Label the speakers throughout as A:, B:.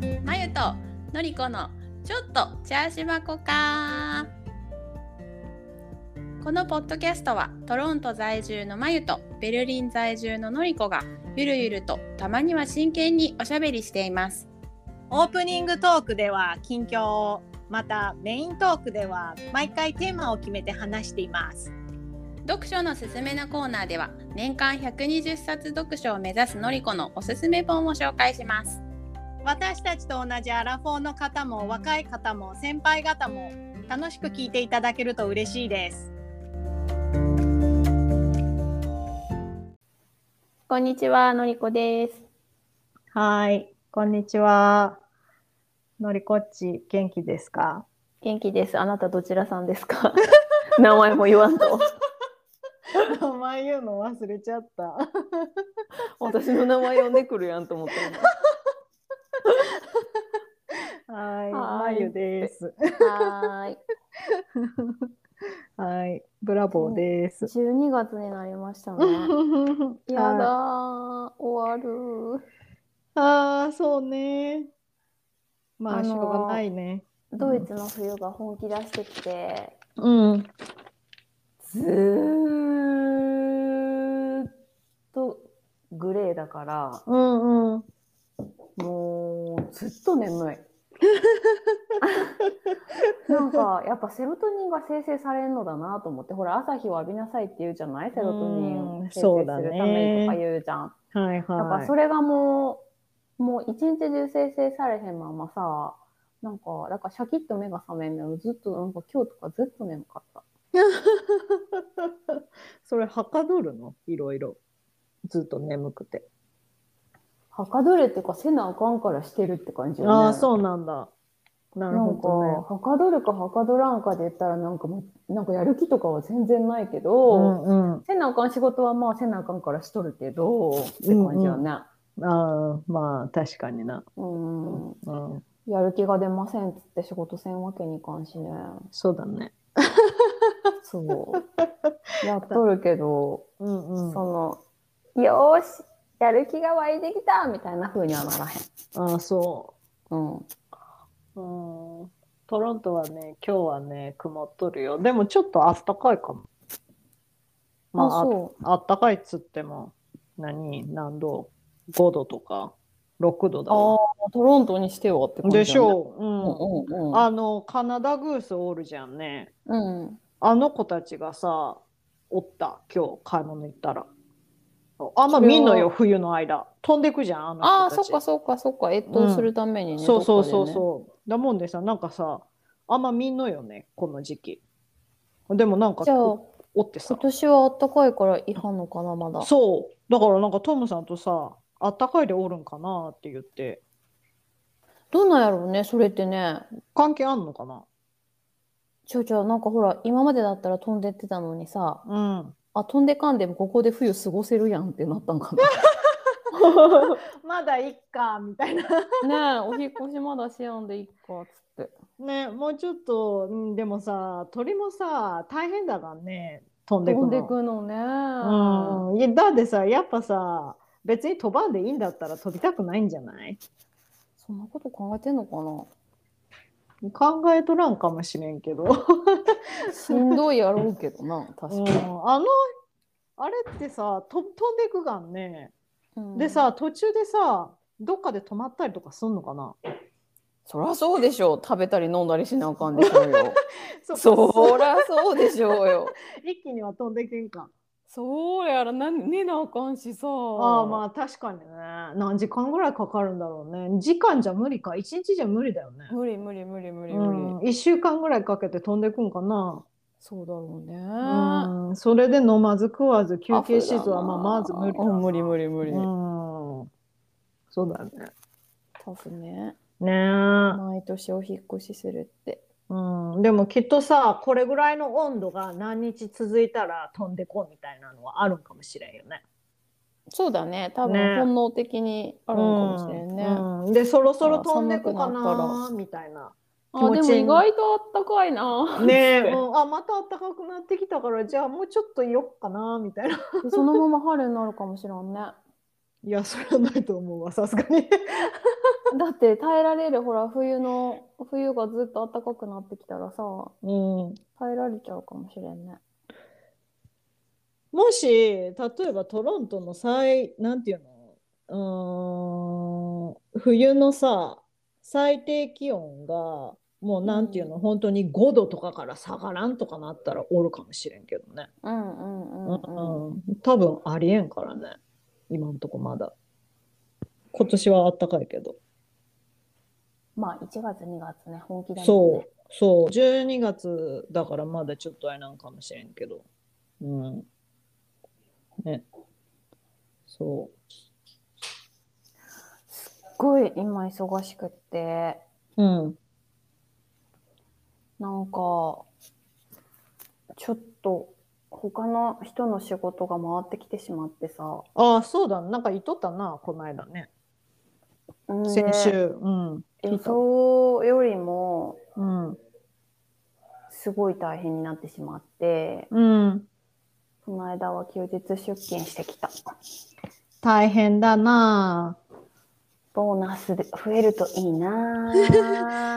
A: とのりこのちょっとチャーシュバコかこのポッドキャストはトロント在住のまゆとベルリン在住ののりこがゆるゆるとたまには真剣におしゃべりしています
B: オープニングトークでは近況をまたメイントークでは毎回テーマを決めて話しています
A: 読書のすすめのコーナーでは年間120冊読書を目指すのりこのおすすめ本を紹介します
B: 私たちと同じアラフォーの方も若い方も先輩方も楽しく聞いていただけると嬉しいです
A: こんにちはのりこです
B: はいこんにちはのりこっち元気ですか
A: 元気ですあなたどちらさんですか 名前も言わんと
B: 名前言うの忘れちゃった
A: 私の名前呼んでくるやんと思って
B: はい
A: はい
B: まゆです
A: はーい
B: はいブラボーです
A: 12月になりました やだ
B: はい
A: ー終わる
B: ああそうねまあ、
A: あのー
B: しょうがないね
A: ドイツの冬が本気出してきて
B: うん
A: ずーっとグレーだから
B: うんうん
A: もうずっと眠い なんかやっぱセロトニンが生成されるのだなと思ってほら朝日を浴びなさいって言うじゃないセロトニンを
B: うん
A: 生成す
B: そう
A: る
B: だ
A: た
B: ね
A: めにとか言うじゃん、
B: はい
A: だか
B: は
A: ら
B: い
A: それがもう、もう一日中生成されへんままさ、なんか、だからシャキッと目が覚めんのよ。ずっと、なんか今日とかずっと眠かった。
B: それはかどるのいろいろずっと眠くて、
A: はかどれっていうか、せなあかんからしてるって感じよね。
B: ああ
A: う。
B: そうなんだな
A: な
B: る
A: んか、
B: ほ
A: はかどるかはかどらんかで言ったら、なんかもう、なんかやる気とかは全然ないけ
B: ど
A: ど、
B: ねうんう
A: せなあかん仕事はまあせなあかんからしとるけど、って感じよね。
B: んああまあ確かにな
A: う
B: う
A: ん。
B: ん
A: やる気が出ませんっつって仕事せんわけにいかんしね。
B: そうだね
A: そう。やっとるけど、
B: うんうんあ
A: その、よーし、やる気が湧いてきたみたいな風にはならへん。
B: あそ
A: うん。
B: ううんトロントはね今日はね曇っとるよでもちょっとあったかいかもまああ
A: そ
B: あったかいっつっても何何度5度とか6度だ
A: あ
B: わ
A: あ、トロントにしてよって感じ、
B: でしょう、
A: う
B: うん
A: んうんうん。
B: あのカナダグースおるじゃんね
A: うん。
B: あの子たちがさおった今日買い物行ったらあんま
A: それは
B: 見んのよ冬の間飛んでくじゃんあの
A: ああ、
B: 子た
A: そ
B: ち
A: っかそっかそっか。越冬するためにね。
B: そうそうそう
A: う。
B: そうだもんでさなんかさあんま見んのよねこの時期でもなんか
A: じゃあ、
B: おおってさ
A: 今年はあったかいから違反のかな、まだ。
B: そうだからなんかトムさんとさあったかいでおるんかなって言って
A: どうなんやろうね、それってね。
B: 関係あんのかな
A: ちょちょ、なんかほら、今までだったら飛んでってたのにさ、
B: うん
A: あ、飛んでかんでもここで冬過ごせるやんってなったん かな。
B: まだいっかみたいな
A: ねえ、お引っ越しまだしやんでいいかっつって。
B: ねもうちょっと、うん、でもさ鳥もさ大変だからね飛んでく
A: 飛
B: の
A: んでくのね。
B: うんいやだってさやっぱさ別に飛ばんでいいんだったら飛びたくないんじゃない
A: そんなこと考えてんのか
B: 考えとらんかもしれんけど、
A: な。しんどいやろうけどな、確
B: うん
A: かに。
B: あのあれってさと飛んでくがんね、
A: うん
B: で、さ途中でさどっかで止まったりとかすんのかな
A: そらそうでしょう。食べたり飲んだりしなあかんでしょう よ。
B: そ
A: そらそうでしょうよ。
B: 一気には飛んでけんか
A: そうやら、なんねなあかんしさ。あ
B: ああまあ確かにね何時間ぐらいかかるんだろうね時間じゃ無理か一日じゃ無理だよね
A: 無理無理無理無理無理。
B: うん、1週間ぐらいかけて飛んでくんかな、
A: そうだろうね。
B: うん、それで飲まず食わず休憩しずはまあまず無理だな
A: うん無理無理無理。
B: うんそうだよね
A: 多分ね。
B: ね
A: 毎年お引っ越しするって。
B: え、うん、でもきっとさこれぐらいの温度が何日続いたら飛んでこうみたいなのはあるんかもしれんよね
A: そうだね。多
B: ね
A: 分本能的にあるのかもしれんね。
B: うんうんでそろそろ飛んでこうか
A: あ寒くな
B: な
A: っ
B: みたいな
A: あで
B: 気持
A: も
B: ちいい
A: 意外とあったかいな。
B: ねえ、うん、あまた暖かくなってきたからじゃあもうちょっといよっかなみたいな
A: そのまま春になるかもしれんね。
B: いやそれはないと思うわさすがに
A: だって耐えられるほら冬の冬がずっと暖かくなってきたらさ
B: うん。
A: 耐えられちゃうかもしれんね。
B: もし、例えばトロントの最、なんていうの、うーん、冬のさ、最低気温が、もうなんていうの、
A: うん
B: 本当に5度とかから下がらんとかなったらおるかもしれんけどね。
A: うんうん
B: う
A: うんうん。
B: ん、多分ありえんからね。今んとこまだ。今年はあったかいけど。
A: まあ1月2月ね本気だもん
B: そ
A: ね。
B: う、そう、12月だからまだちょっとあれなんかもしれんけど。うん。ね。そう。
A: すっごい今忙しくって
B: うん。
A: なんかちょっと他の人の仕事が回ってきてしまってさ。
B: ああ、そうだ。なんか言っとったな、この間ね。
A: んで
B: 先週。うん。
A: 予想よりも
B: うん。
A: すごい大変になってしまって
B: うん。
A: この間は休日出勤してきた。
B: 大変だな。
A: ボーナスで増えるといい な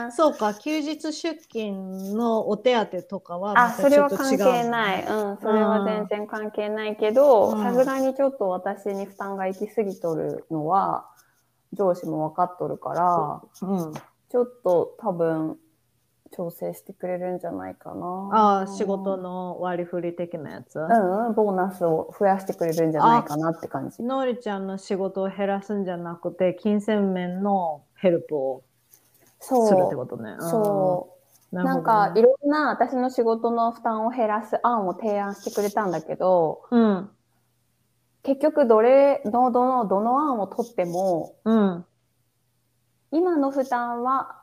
A: ぁ
B: そうか、休日出勤のお手当とかは
A: あ、それは関係
B: い。
A: ない。うん、それは全然関係ないけど、
B: うん
A: さすがにちょっと私に負担が行き過ぎとるのは、上司も分かっとるから、
B: うん。
A: ちょっと多分、調整してくれるんじゃないかな。
B: ああ、仕事。の割り振り的なやつ。
A: うんうん、ボーナスを増やしてくれるんじゃないかなって感じ。
B: のりちゃんの仕事を減らすんじゃなくて、金銭面のヘルプをするって
A: そ
B: ことね。
A: う。そ
B: う
A: う。な
B: る
A: ん
B: ほど
A: か、い
B: ね
A: ろんな私の仕事の負担を減らす案を提案してくれたんだけど、
B: うん。
A: 結局どれのどのどの案を取っても
B: うん。
A: 今の負担は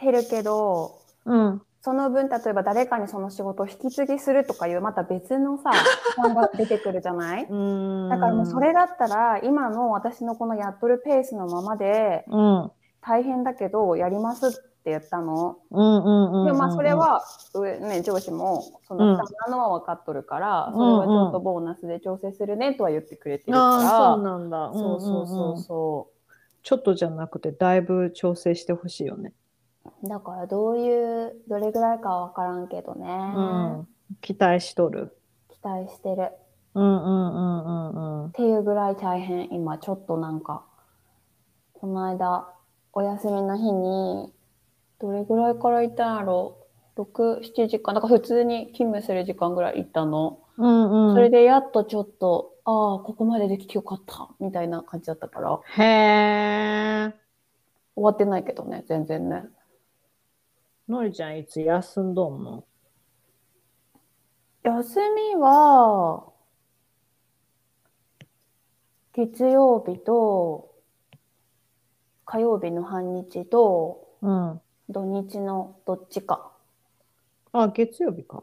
A: 減るけど
B: うん。
A: その分例えば誰かにその仕事を引き継ぎするとかいうまた別 のさ負担が出てくるじゃない
B: うん。
A: だからもうそ、れだったら今の私のこのやっとるペースのままで
B: うん。
A: 大変だけどやりますって言ったの。
B: うんうんうん。
A: でもまあそれ、は上、ね、上司もその負担なのは分かっとるから、それはちょっとボーナスで調整するねとは言ってくれてるから、
B: ああ、そうなんだ。
A: そうそうそ
B: んん
A: うんそう。
B: ちょっとじゃなくて、だいぶ調整してほしいよね。
A: だからどういうどれぐらいかは分からんけどね、
B: うん。期待しとる。
A: 期待してるっ
B: うんうんうんうんうん。
A: ていうぐらい大変今ちょっとなんかこの間お休みの日にどれぐらいから行ったんやろ67時間だから普通に勤務する時間ぐらい行ったの、
B: うんうん。
A: それでやっとちょっとああここまでできてよかったみたいな感じだったから終
B: へえ。
A: わってないけどね全然ね
B: のりちゃん、いつ休んどんの
A: 休みは、月曜日と、火曜日の半日と、
B: うん。
A: 土日のどっちか。
B: あ、月曜日か。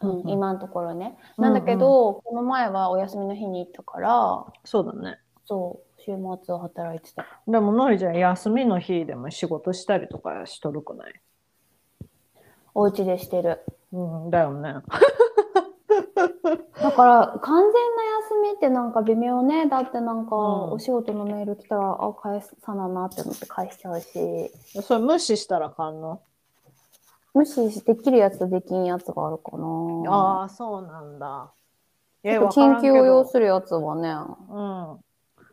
A: うん
B: うんうん
A: 今のところね。
B: うんう
A: なんんだけど、この前はお休みの日に行ったから、
B: そうだね。
A: そう、週末は働いてた。
B: でも、のりちゃん、休みの日でも仕事したりとかしとるくない
A: お家でしてる。
B: うん、だよ ね。
A: だから、完全な休みってなんか微妙ね。だってなんか、
B: うん
A: お仕事のメール来たら、あ、返さななって思って返しちゃうし。
B: それ無視したらあかんの。
A: 無視できるやつとできんやつがあるかな。
B: ああ、そうなんだ。
A: ち
B: え、
A: ょ
B: わ
A: っ
B: か
A: と
B: らん
A: 緊
B: け
A: 急
B: ど
A: を要するやつはね。
B: うん。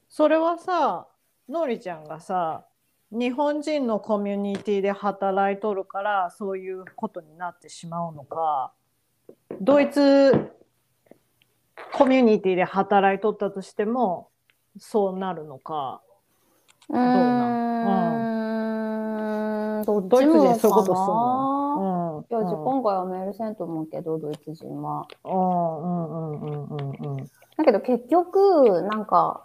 B: それはさ、のりちゃんがさ、日本人のコミュニティで働いとるから、そういうことになってしまうのか、ドイツコミュニティで働いとったとしても、そうなるのか、
A: うーん。どっ
B: ドイ
A: ち
B: ツ
A: も
B: 人そういうこと
A: か
B: すん
A: な。
B: の
A: いや、
B: うん
A: 自今回はメールせんと思うけど、ドイツ人は。
B: うんうんうんうんうんうん。
A: だけど結局、なんか、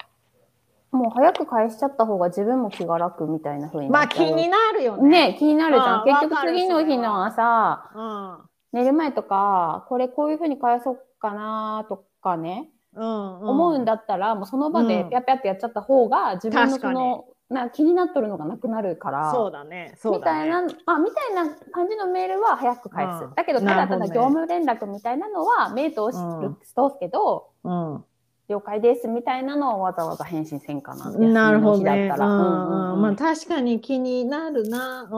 A: もう早く返しちゃった方が自分も気が楽みたいな風に
B: ま
A: な
B: あ
A: っちゃ
B: 気
A: う。
B: になるよね。
A: ね気になるじゃ。
B: うんん
A: 結
B: わか
A: 局
B: る
A: 次の日の朝、
B: うん。
A: 寝る前とか、これこういう風に返そうかなとかね。
B: うんうん、
A: 思うんだったら、もうその場で
B: うん
A: ピャピャってやっちゃった方が自分のその、な気になっとるのがなくなるから
B: そうだね。そう
A: みた
B: だ
A: い
B: ね。
A: なあみたいな感じのメールは早く返す、
B: うん
A: だけどただただ
B: なるほ
A: 業
B: どね
A: 務連絡みたいなのは目通し
B: うん
A: 通すけど、
B: うん。
A: 了解ですみたいなのをわざわざ返信せんかな。
B: なるほど
A: 休みの日
B: ね。
A: だったら。うんうん
B: あ
A: う
B: ー
A: ん
B: まあ確かに気になるな。うん、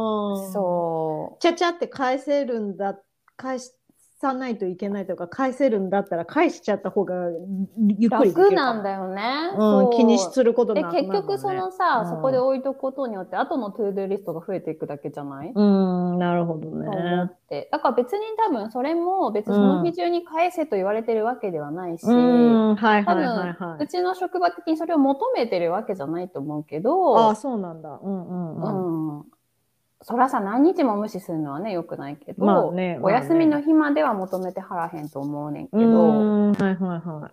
A: そう。
B: ちゃちゃって返せるんだ、返さないといけないとか、返せるんだったら返しちゃった方がゆっくりできるか
A: 楽なんだよね。
B: うん、
A: そう
B: 気にすること
A: で
B: なくなる
A: 結
B: もんね
A: 局そのさ、
B: うん
A: そこで置いとくことによって後のトゥードゥーリストが増えていくだけじゃない、
B: うん、なるほど
A: と思
B: ね。
A: ってだから別に多分それも別にその日中に返せと言われてるわけではないし、
B: う、
A: うん
B: はい
A: 多
B: はい
A: 分。
B: はいはいう
A: ちの職場的にそれを求めてるわけじゃないと思うけど
B: ああ、そうなんだ。うんうんうん。
A: うんそらさ何日も無視するのはね良くないけど、
B: まあね
A: お休みの日までは求めてはらへんと思うねんけ
B: う
A: ど、
B: ん、はいはいは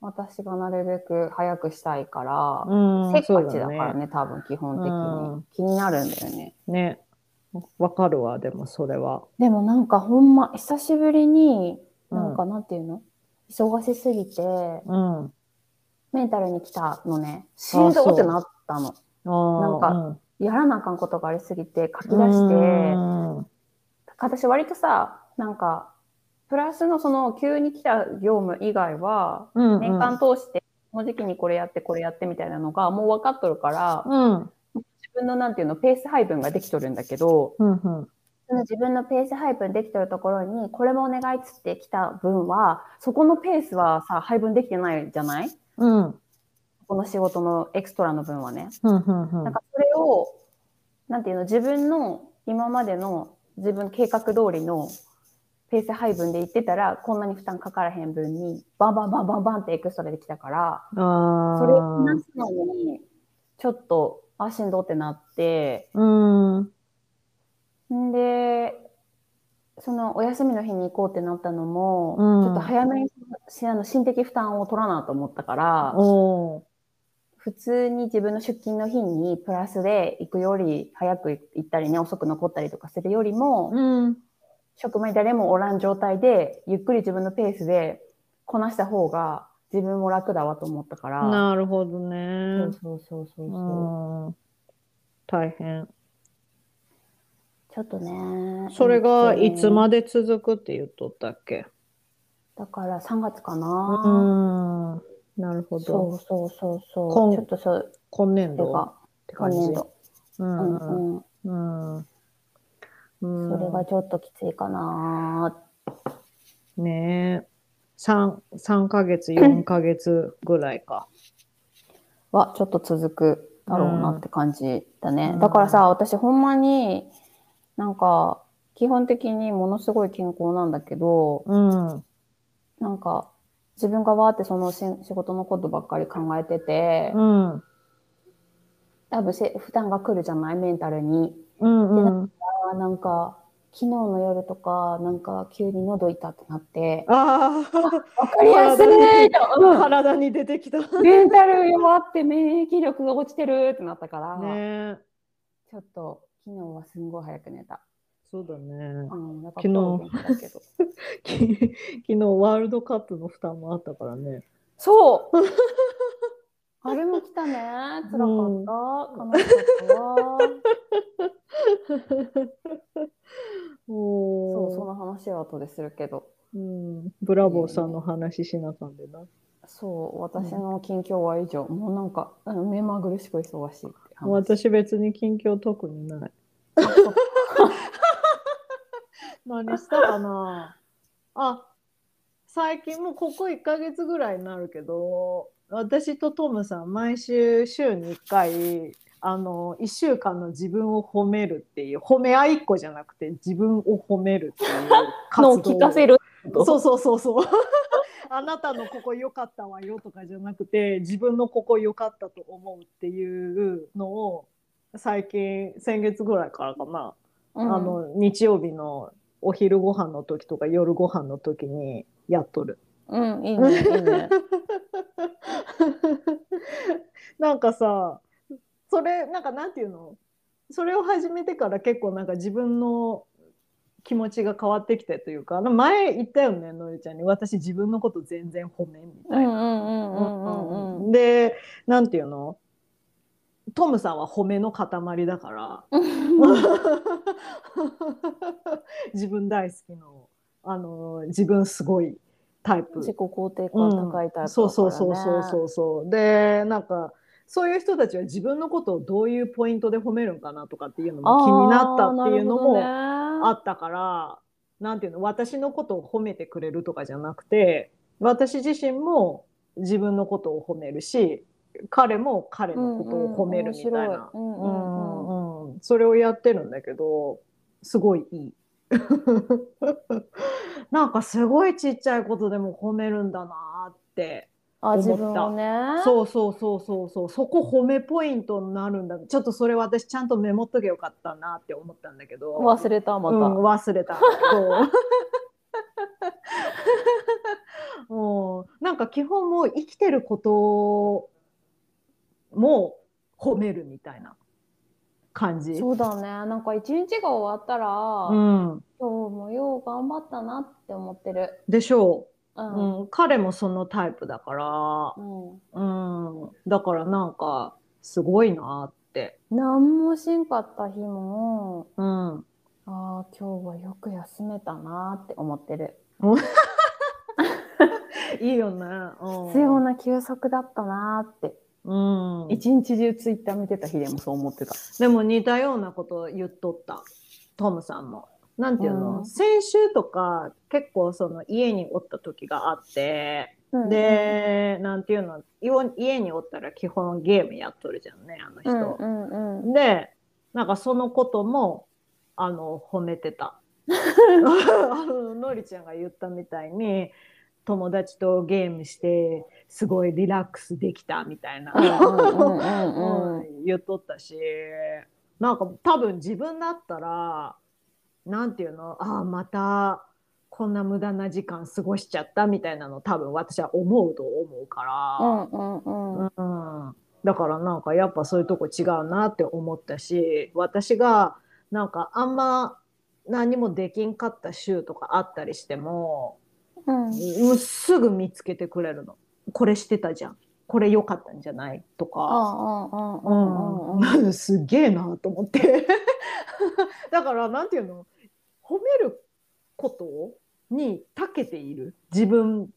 A: 私がなるべく早くしたいから
B: い。、うん、
A: せっ
B: そ
A: か
B: う
A: ちだから
B: ね。
A: ね多分基本的に、
B: うん
A: 気になるんだよね
B: ね。わかるわ、でもそれは。
A: でもなんかほんま久しぶりに
B: うん
A: なんかなんていうの、忙しすぎて
B: うん。あ
A: メンタルに来たのねしんどってなったの
B: ー
A: なんか
B: うん
A: やらなあかんことがありすぎて書き出
B: う
A: して、
B: ん
A: 私割とさなんかプラスのその急に来た業務以外は
B: うんうん
A: 年間通してこの時期にこれやってこれやってみたいなのがもう分かっとるから、
B: うん
A: 自分のなんていうのペース配分ができとるんだけど
B: うんうん
A: その自分のペース配分できてるところにこれもお願いっつってきた分はそこのペースはさ配分できてないじゃない
B: うん
A: この仕事のエクストラの分はね。
B: うんうんうん
A: なんかそれをなんていうの自分の今までの自分計画通りのペース配分で行ってたらこんなに負担かからへん分にバンバンバンバンバンってエクストラできたから
B: あ
A: それをこなすのにちょっとあしんどってなって
B: ーうん
A: んで、そのお休みの日に行こうってなったのも、
B: うん
A: ちょっと早めにしあの心的負担を取らなと思ったから、
B: おー
A: 普通に自分の出勤の日にプラスで行くより早く行ったりね、遅く残ったりとかするよりも、
B: うん
A: 職場に誰もおらん状態で、ゆっくり自分のペースでこなした方が自分も楽だわと思ったから、
B: なるほど
A: そ
B: ね
A: うそうそうそう
B: う
A: そ
B: ん大変
A: う。ちょっとね。
B: それがいつま
A: で
B: で続くって言っとったっけ
A: だから3月か
B: う
A: な。
B: んなるほ
A: そ
B: ど
A: うそうそうそ
B: 今
A: う。ちょっとそう、
B: 今年
A: て
B: 度
A: か、
B: って
A: 今
B: 感じ
A: 年度。
B: う
A: うん
B: うん
A: んうん。
B: うんうん
A: それがちょっときついかなー
B: ねえ三三ヶ月四ヶ月ぐらいか
A: は、ちょっと続くだろうなって感じだね。
B: うん
A: だからさ、私ほんまに、なんか、基本的にものすごい健康なんだけど、
B: うん
A: なんか、自分がわーってそのし仕事のことばっかり考えてて、
B: うん
A: 多分せ負担が来るじゃないメンタルに。
B: うんうん
A: あーなんか、昨日の夜とか、なんか急に喉痛くなって、
B: ああ
A: わかりやすいと、うん
B: 体に出てきた。ね
A: メンタル弱って免疫力が落ちてるってなったから、
B: え
A: ちょっと昨日はすんごい早く寝た。
B: そうだね
A: う。ん、なんか
B: 昨日
A: 今元気だけど。
B: き昨日ワールドカップの負担もあったからね。
A: そう あれも来たね。辛かった。
B: うん
A: 悲しかった わ。そ
B: お
A: う、そ
B: お。
A: の話は後でするけど。
B: うん。ブラボーさんの話しなかんでな。
A: そう、私の近況は以上。もうなんか、あの目まぐるしく忙しいって話。
B: 私別に近況特にない。 何したかなあ最近もうここ1ヶ月ぐらいになるけど私とトムさん毎週週に1回あの1週間の自分を褒めるっていう褒め合いっ子じゃなくて自分を褒めるっていう活動
A: のを聞かせる。
B: そうそうそうそう。 あなたのここ良かったわよとかじゃなくて自分のここ良かったと思うっていうのを最近先月ぐらいからかな、
A: うん
B: あの日曜日のお昼ご飯の時とか夜ご飯の時にやっとる。
A: うん、いいね、い いね。
B: なんかさそれなんかなんていうのそれを始めてから結構なんか自分の気持ちが変わってきてというかあの前言ったよねのりちゃんに私自分のこと全然褒めんみ
A: う
B: たい
A: んう
B: な。
A: んうんうんうんうん。
B: でなんていうのトムさんは褒めの塊だから。 自分大好きの、あの自分すごいタイプ。
A: 自己肯定感高いタイプだから、ね
B: そうそうそうそうそうそうでなんかそういう人たちは自分のことをどういうポイントで褒めるんかなとかっていうのも気になったっていうのもあ
A: あ
B: ったからなんていうの私のことを褒めてくれるとかじゃなくて私自身も自分のことを褒めるし彼も彼のことを褒めるみたいな、
A: うんうん面白いうん
B: う
A: うんうん
B: んうんそれをやってるんだけどすごいい い。なんかすごいちっちゃいことでも褒めるんだなーって
A: あ
B: 思った
A: 自分をね
B: そうそうそうそうそうそこ褒めポイントになるんだちょっとそれ私ちゃんとメモっとけよかったなって思ったんだけど
A: 忘れたまた、
B: うん、忘れた。そう もうなんか基本もう生きてることも褒めるみたいな感じ。
A: そうだねなんか一日が終わったら、
B: うん、
A: 今日もよう頑張ったなって思ってる
B: でしょ
A: う
B: う、
A: ん、
B: うん彼もそのタイプだから、
A: うん、
B: うん、だからなんかすごいなって。
A: 何もしんかった日も
B: うん、
A: ああ今日はよく休めたなって思ってる
B: いいよね。うん、
A: 必要な休息だったなって
B: うん、
A: 一日中ツイッター見てた日でもそう思ってた
B: でも似たようなこと言っとったトムさんも。なんていうの、
A: うん
B: 先週とか結構その家におった時があって、でなんていうのいお家におったら基本ゲームやっとるじゃんねあの
A: うん
B: 人。
A: うんうんうん
B: でなんかそのこともあの褒めて た。あののりちゃんが言ったみたいに友達とゲームしてすごいリラックスできたみたいな。
A: うんう んうんうん
B: うん、言っとったしなんか多分自分だったらなんていうのああまたこんな無駄な時間過ごしちゃったみたいなの多分私は思うと思うか
A: うんうんうん
B: ら、うんだからなんかやっぱそういうとこ違うなって思ったし私がなんかあんま何もできんかった週とかあったりしても
A: うん
B: もうすぐ見つけてくれるの。これしてたじゃんこれ良かったんじゃないとか。
A: ああうんうんうんうん
B: うん、すげえなと思ってだからなんていうの褒めることに長けている自分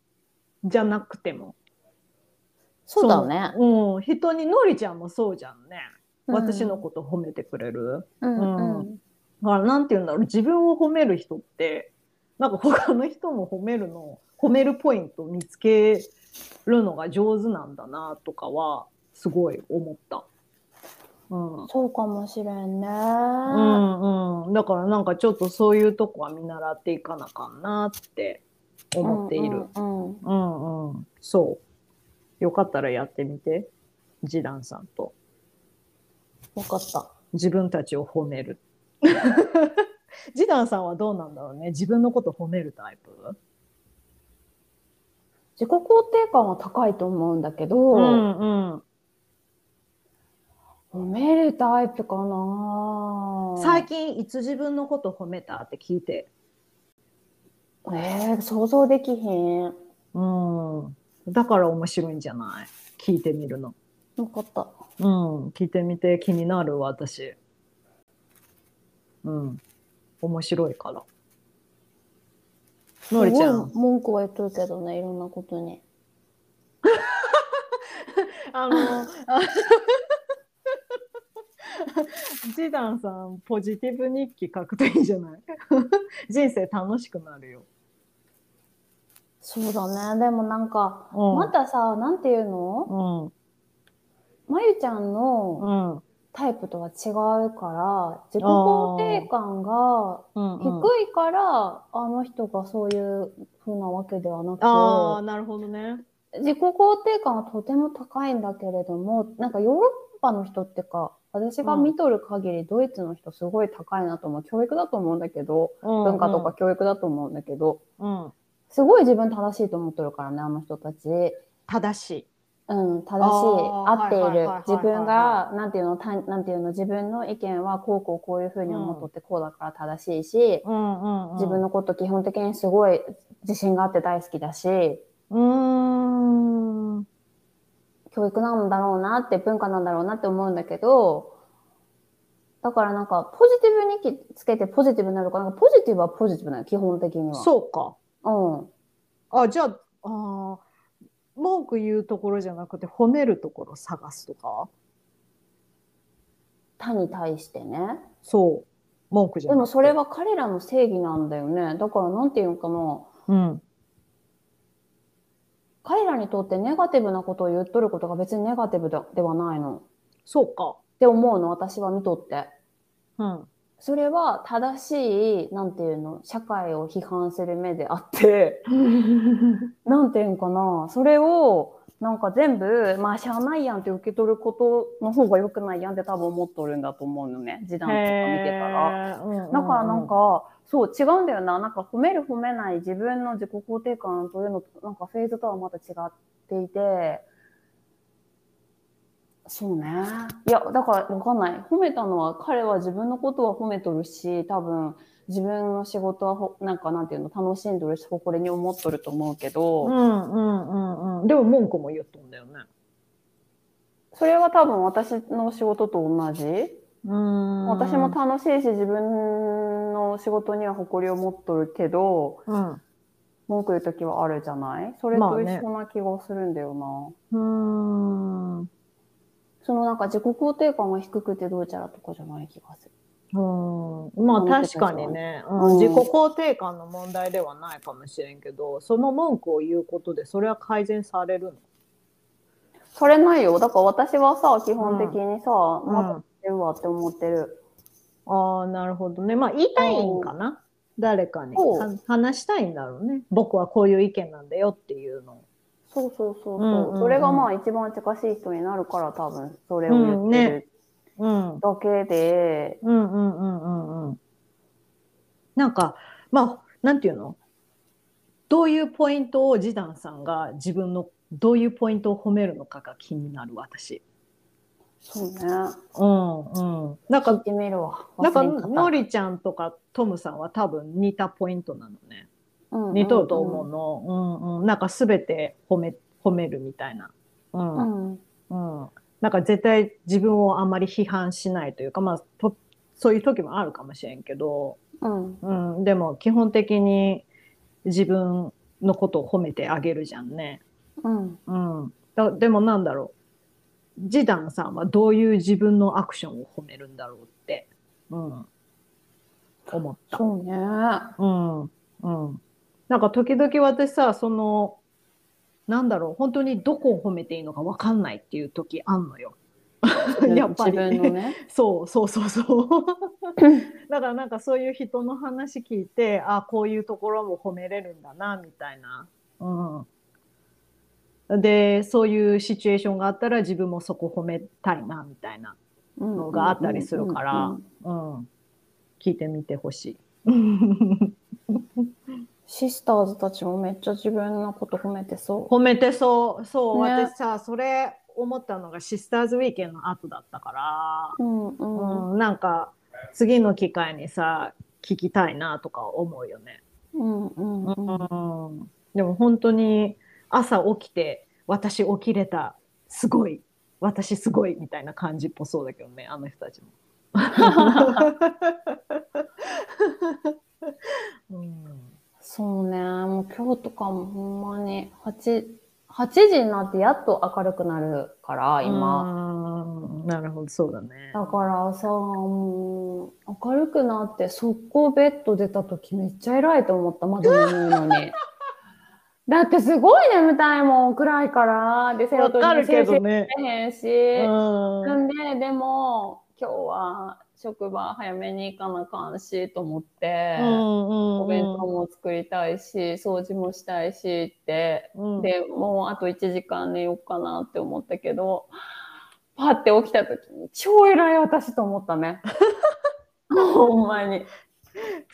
B: じゃなくても
A: そうだね
B: のうん、人にのりちゃんもそうじゃんね、私のこと褒めてくれる
A: うんうんうん
B: だからなんていうんだろう自分を褒める人ってなんか他の人も褒めるの褒めるポイント見つけるのが上手なんだなとかはすごい思った。うん
A: そうかもしれんね
B: うんうん、だからなんかちょっとそういうとこは見習っていかなあかんなって思っている。
A: うんうん
B: うんうん、そう。よかったらやってみて。ジダンさんと
A: 分かった
B: 自分たちを褒め る。ジダンさんはどうなんだろうね。自分のこと褒めるタイプ。
A: 自己肯定感は高いと思うんだけど、
B: んうん。
A: 褒めるタイプかな
B: 最近いつ自分のこと褒めたって聞いて。
A: えー、想像できひん。
B: うん。だから面白いんじゃない。聞いてみるの。
A: よかった。
B: うん、聞いてみて気になる私。うん、面白いから。のりちゃん
A: すごい、文句は言っとるけどね、いろんなことに。
B: あの、 あジダンさん、ポジティブ日記書くといいんじゃない 人生楽しくなるよ。
A: そうだね。でもなんか、
B: うん
A: またさ、なんていうの
B: うん、
A: まゆちゃんの
B: うん、うん
A: タイプとは違うから、自己肯定感が低
B: うん。
A: いから、あの人がそういう風なわけではな
B: ああ、
A: く
B: なるほどね。
A: 自己肯定感はとても高いんだけれども、なんかヨーロッパの人ってか、私が見とる限り、ドイツの人すごい高いなと思う。教育だと思うんだけど、文
B: 文
A: 化とか。教育だと思うんだけど、
B: うん、
A: すごい自分正しいと思ってるからね、あの人たち。
B: 正しい。
A: うん、正しい、
B: あー
A: 合っ
B: はいいはい
A: てる
B: はいはい。
A: 自分が、なんていうの、たなんていうの、自分の意見はこうこうこういうふうに思っとってこうだから正しいし、
B: うん、うん、うん。
A: 自分のこと基本的にすごい自信があって大好きだし、
B: うーん。
A: 教育なんだろうなって、文化なんだろうなって思うんだけど、だからなんか、ポジティブにきつけてポジティブになるから、なんかポジティブはポジティブなの、基本的には。
B: そうか。
A: う。うん。
B: あじゃああー文句言うところじゃなくて褒めるところ探すとか
A: 他に対してね。
B: そう文句じゃ
A: で
B: なくて
A: もそれ、は彼らの正義なんだよね。だからなんていうのかな。
B: うん、
A: 彼らにとってネガティブなことを言っとることが別にネガティブだではないの。
B: そうか、
A: って思うの、私は見とって。
B: うん、
A: それは正しい、なんていうの、社会を批判する目であって、 なんていうんかな、それを、なんか全部、まあ、しゃあないやんって受け取ることの方が良くないやんって多分思っとるんだと思うのね、示談とか見てたら。
B: へー、うんうんうん
A: だからなんか、そう、違うんだよな。なんか褒める褒めない自分の自己肯定感というのと、なんかフェーズとはまた違っていて、そうね。いや、だからわかんない。褒めたのは、彼は自分のことは褒めとるし、多分、自分の仕事はほ、なんかなんていうの、楽しんどるし、誇りに思っとると思うけど、
B: うんうんうんうんでも文句も言っとんだよね
A: それは多分私の仕事と同じ
B: うん
A: 私も楽しいし、自分の仕事には誇りを持っとるけど、
B: うん
A: 文句言う時はあるじゃないそれ
B: まあ
A: と一
B: ね
A: 緒な気がするんだよな。
B: うーん
A: そのなんか自己肯定感が低くてどうちゃらとかじゃない気がする。
B: うん、まあ
A: 思ってた
B: 確かにね、
A: ん
B: うん自己肯定感の問題ではないかもしれんけどその文句を言うことでそれは改善される
A: されないよ。だから私はさ、基本的にさ、
B: の、
A: まだしてるわって思ってる。
B: ああなるほどねまあ言いたいんかな、誰かに
A: そう
B: は話したいんだろうね僕はこういう意見なんだよっていうのを
A: そうそうそうそう、
B: うんうんうん
A: それがまあ一番近しい人になるから多分それを言ってる
B: うん
A: だけで、
B: うんうんうんうんうん。なんか、まあ、なんていうのどういうポイントをジダンさんが自分のどういうポイントを褒めるのかが気になる私。
A: そうね。
B: うんうん。なん
A: 聞
B: か
A: い、てみるわ。
B: なんか、
A: 忘れんかった
B: のりちゃんとかトムさんは多分似たポイントなのね。
A: うんうんうん
B: 似とると思うの。うんうん。なんか全て褒め、褒めるみたいな。うん。
A: うん。
B: うん、なんか絶対自分をあんまり批判しないというか、まあ、とそういう時もあるかもしれんけど、
A: うん。
B: うん、でも基本的に自分のことを褒めてあげるじゃんね。
A: うん。
B: うん、だでもなんだろう。ジダンさんはどういう自分のアクションを褒めるんだろうって、うん、思った。
A: そうね。
B: うんうん、なんか時々私さそのなんだろう本当にどこを褒めていいのか分かんないっていう時あんのよ。 やっぱり
A: 自分のね。
B: そうそうそう そう。だからなんかそういう人の話聞いて、あこういうところも褒めれるんだな、みたいな。うん。で、そういうシチュエーションがあったら自分もそこ褒めたいな、みたいな。のがあったりするから
A: うんうんうんうん
B: うん。聞いてみてほしい。
A: シスターズたちもめっちゃ自分のこと褒めてそ
B: 褒めてそう、そう、
A: ね
B: 私さ、それ思ったのがシスターズウィーケンの後だったから。
A: う。うんうん。
B: うん、なんか次の機会にさ聞きたいなとか思うよね、
A: うんうんうん。
B: でも本当に朝起きて私起きれたすごい私すごいみたいな感じっぽそうだけどねあの人たちも。 うん
A: そうね。もう今日とかもほんまに8、8時になってやっと明るくなるから、今。
B: うんなるほどそうだね。
A: だからさ、もう明るくなって速攻ベッド出た時めっちゃ偉いと思った。まだ眠いのに。だってすごい眠たいもん、暗いから。で、セロ
B: わ
A: トニ
B: か
A: ン
B: るけ
A: 摂
B: ど
A: 取
B: ね。
A: せへんし。
B: う
A: なんんで、でも、今日は職場早めに行かなあかんしと思って、お
B: お
A: 弁当も作りたいし、掃除もしたいしって、で、もうあと1時間寝ようかなって思ったけど、パって起きた時に、超偉い私と思ったね。 ほんまに。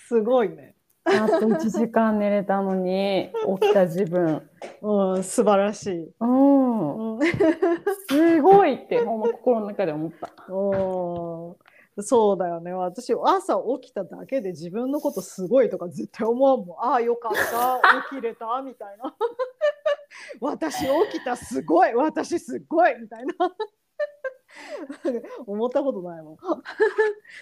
B: すごいね。
A: あと1時間寝れたのに、起きた自分。
B: うん、素晴らしい。
A: うん。
B: うん
A: すごいって、ほんま心の中で思った。
B: おーそうだよね私朝起きただけで自分のことすごいとか絶対思わんもんああよかった起きれたみたいな私起きたすごい私すごいみたいな思ったことないもん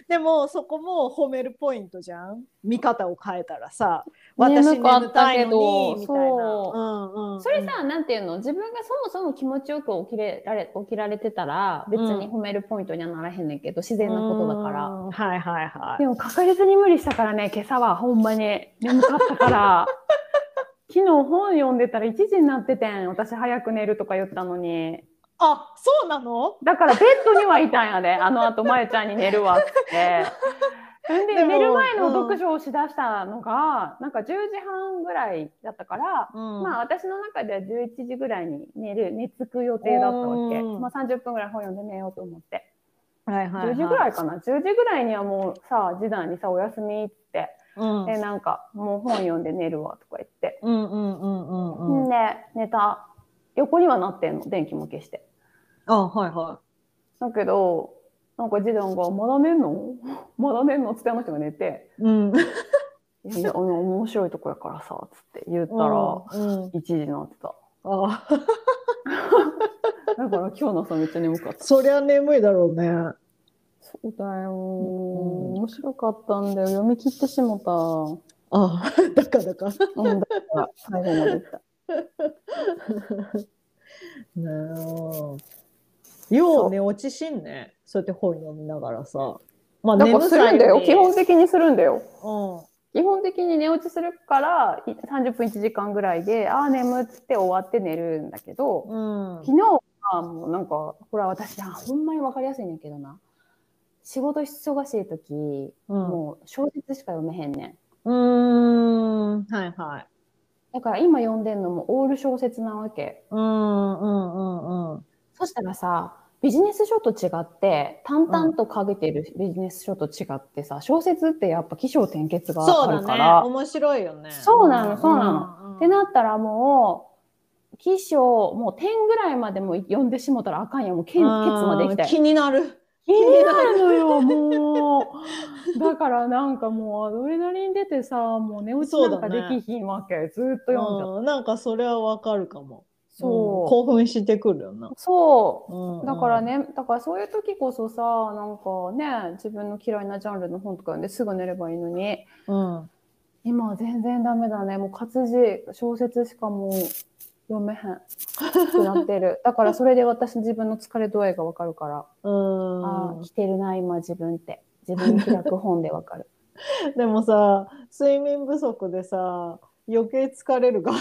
B: でもそこも褒めるポイントじゃん見方を変えたらさ私
A: 眠か
B: 眠
A: った
B: たい
A: け
B: の
A: ど
B: にみたいな
A: そう
B: うんうんうん
A: それさ、なんていうの自分がそもそも気持ちよく起きれられ起きられてたら別に褒めるポイントにはならへんねんけど、自然なことだから。
B: うんはいはいは
A: でも確実に無理したからね、今朝はほんまに眠かった から。昨日本読んでたら1時になっててん。私早く寝るとか言ったのに。
B: いあそうなの
A: だからベッドにはいたんやで、あの後、まゆちゃんに寝るわっつ って。んで
B: でも
A: 寝る前の読書をしだしたのが、なんか10時半ぐらいだったから、まあ
B: まあ
A: 私の中では11時ぐらいに寝る、寝つく予定だったわけ。
B: うん
A: まあ30分ぐらい本読んで寝ようと思って。
B: はいはいは
A: 10時ぐらいかな ?10 時ぐらいにはもうさ、次男にさ、お休みっつって。
B: うん
A: で、なんか、もう本読んで寝るわとか言って。
B: うんうんうんうんうん
A: ん、で、寝た。横にはなってんの、電気も消して。
B: あはいは
A: だけど、なんか次男が、まだ寝んの まだ寝んのっつってあの人が寝て、
B: いうん
A: いやいや、あの面白いとこやからさ、つって言ったら、
B: うん
A: 1時になってた。
B: あ
A: だから今日の朝めっちゃ眠かった。
B: そりゃ眠いだろうね
A: そうだよ、
B: ん
A: 面白かったんだよ。読み切ってしもた。
B: あ だからだから
A: うん、だから最後までい った。
B: ねえ。よう寝落ちしんね。そうやって本読みながらさ。まあ
A: なんか
B: 眠
A: す
B: さ
A: る
B: え
A: んだよ。
B: ね
A: 基本的にするんだよ。
B: うん。
A: 基本的に寝落ちするから、い30分1時間ぐらいで、ああ、眠っつって終わって寝るんだけど、
B: うん。
A: 昨日はもうなんかこれは私なほんまに分かりやすいねんだけどな仕事忙しい時、
B: うん。
A: もう小説しか読めへんねん
B: うーん。はいはい。
A: だから今読んでんのもオール小説なわけ
B: うんうんうんうん。
A: そしたらさビジネス書と違って淡々と書いてるビジネス書と違ってさ小説ってやっぱ起承転結が
B: そう
A: あ
B: だ
A: るか
B: ね。
A: ら、
B: 面白いよね。
A: そうなのそうな
B: の。
A: ってなったらもう起承もう点ぐらいまでも読んでしもたらあかんやんもう
B: う
A: 剣
B: ん
A: 結までいきたい
B: 気になる。
A: 気になるのよ、もう。だからなんかもうアドレナリン出てさ、もう寝落ちなんか
B: そうだね
A: できひんわけ。ずーっと読んじゃった。
B: うんなんかそれはわかるかも。うん
A: そう。
B: 興奮してくるよな。
A: そうう。
B: ん
A: だから。ね、だからそういう時こそさ、なんかね、自分の嫌いなジャンルの本とか読んですぐ寝ればいいのに、
B: うん。
A: 今は全然ダメだね。もう活字、小説しかもう読めへん。くなって る。だからそれで私自分の疲れ度合いがわかるから、あ
B: うん
A: あ、。来てるな、今自分って。自分に開く本でわか る。
B: でもさ、睡眠不足でさ、余計疲れるが。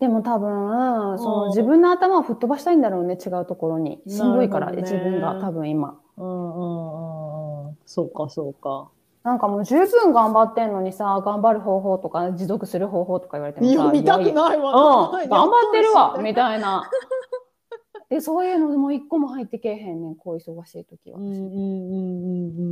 A: でも多分、
B: ん
A: その自分の頭を吹っ飛ばしたいんだろうね、違うところに。しんどいから、
B: なるほど
A: 自
B: ね
A: 分が多分今。
B: うんうんうんうん。そうかそうか。
A: なんかもう十分頑張ってんのにさ、頑張る方法とか、持続する方法とか言われてもさ、
B: いや、見た く
A: いやいや
B: ないわ。
A: うん、頑張って るわ、み
B: た
A: たいな。で、そういうのも一個も入ってけえへんねん、こう忙しい時は
B: うん。うんうんうんう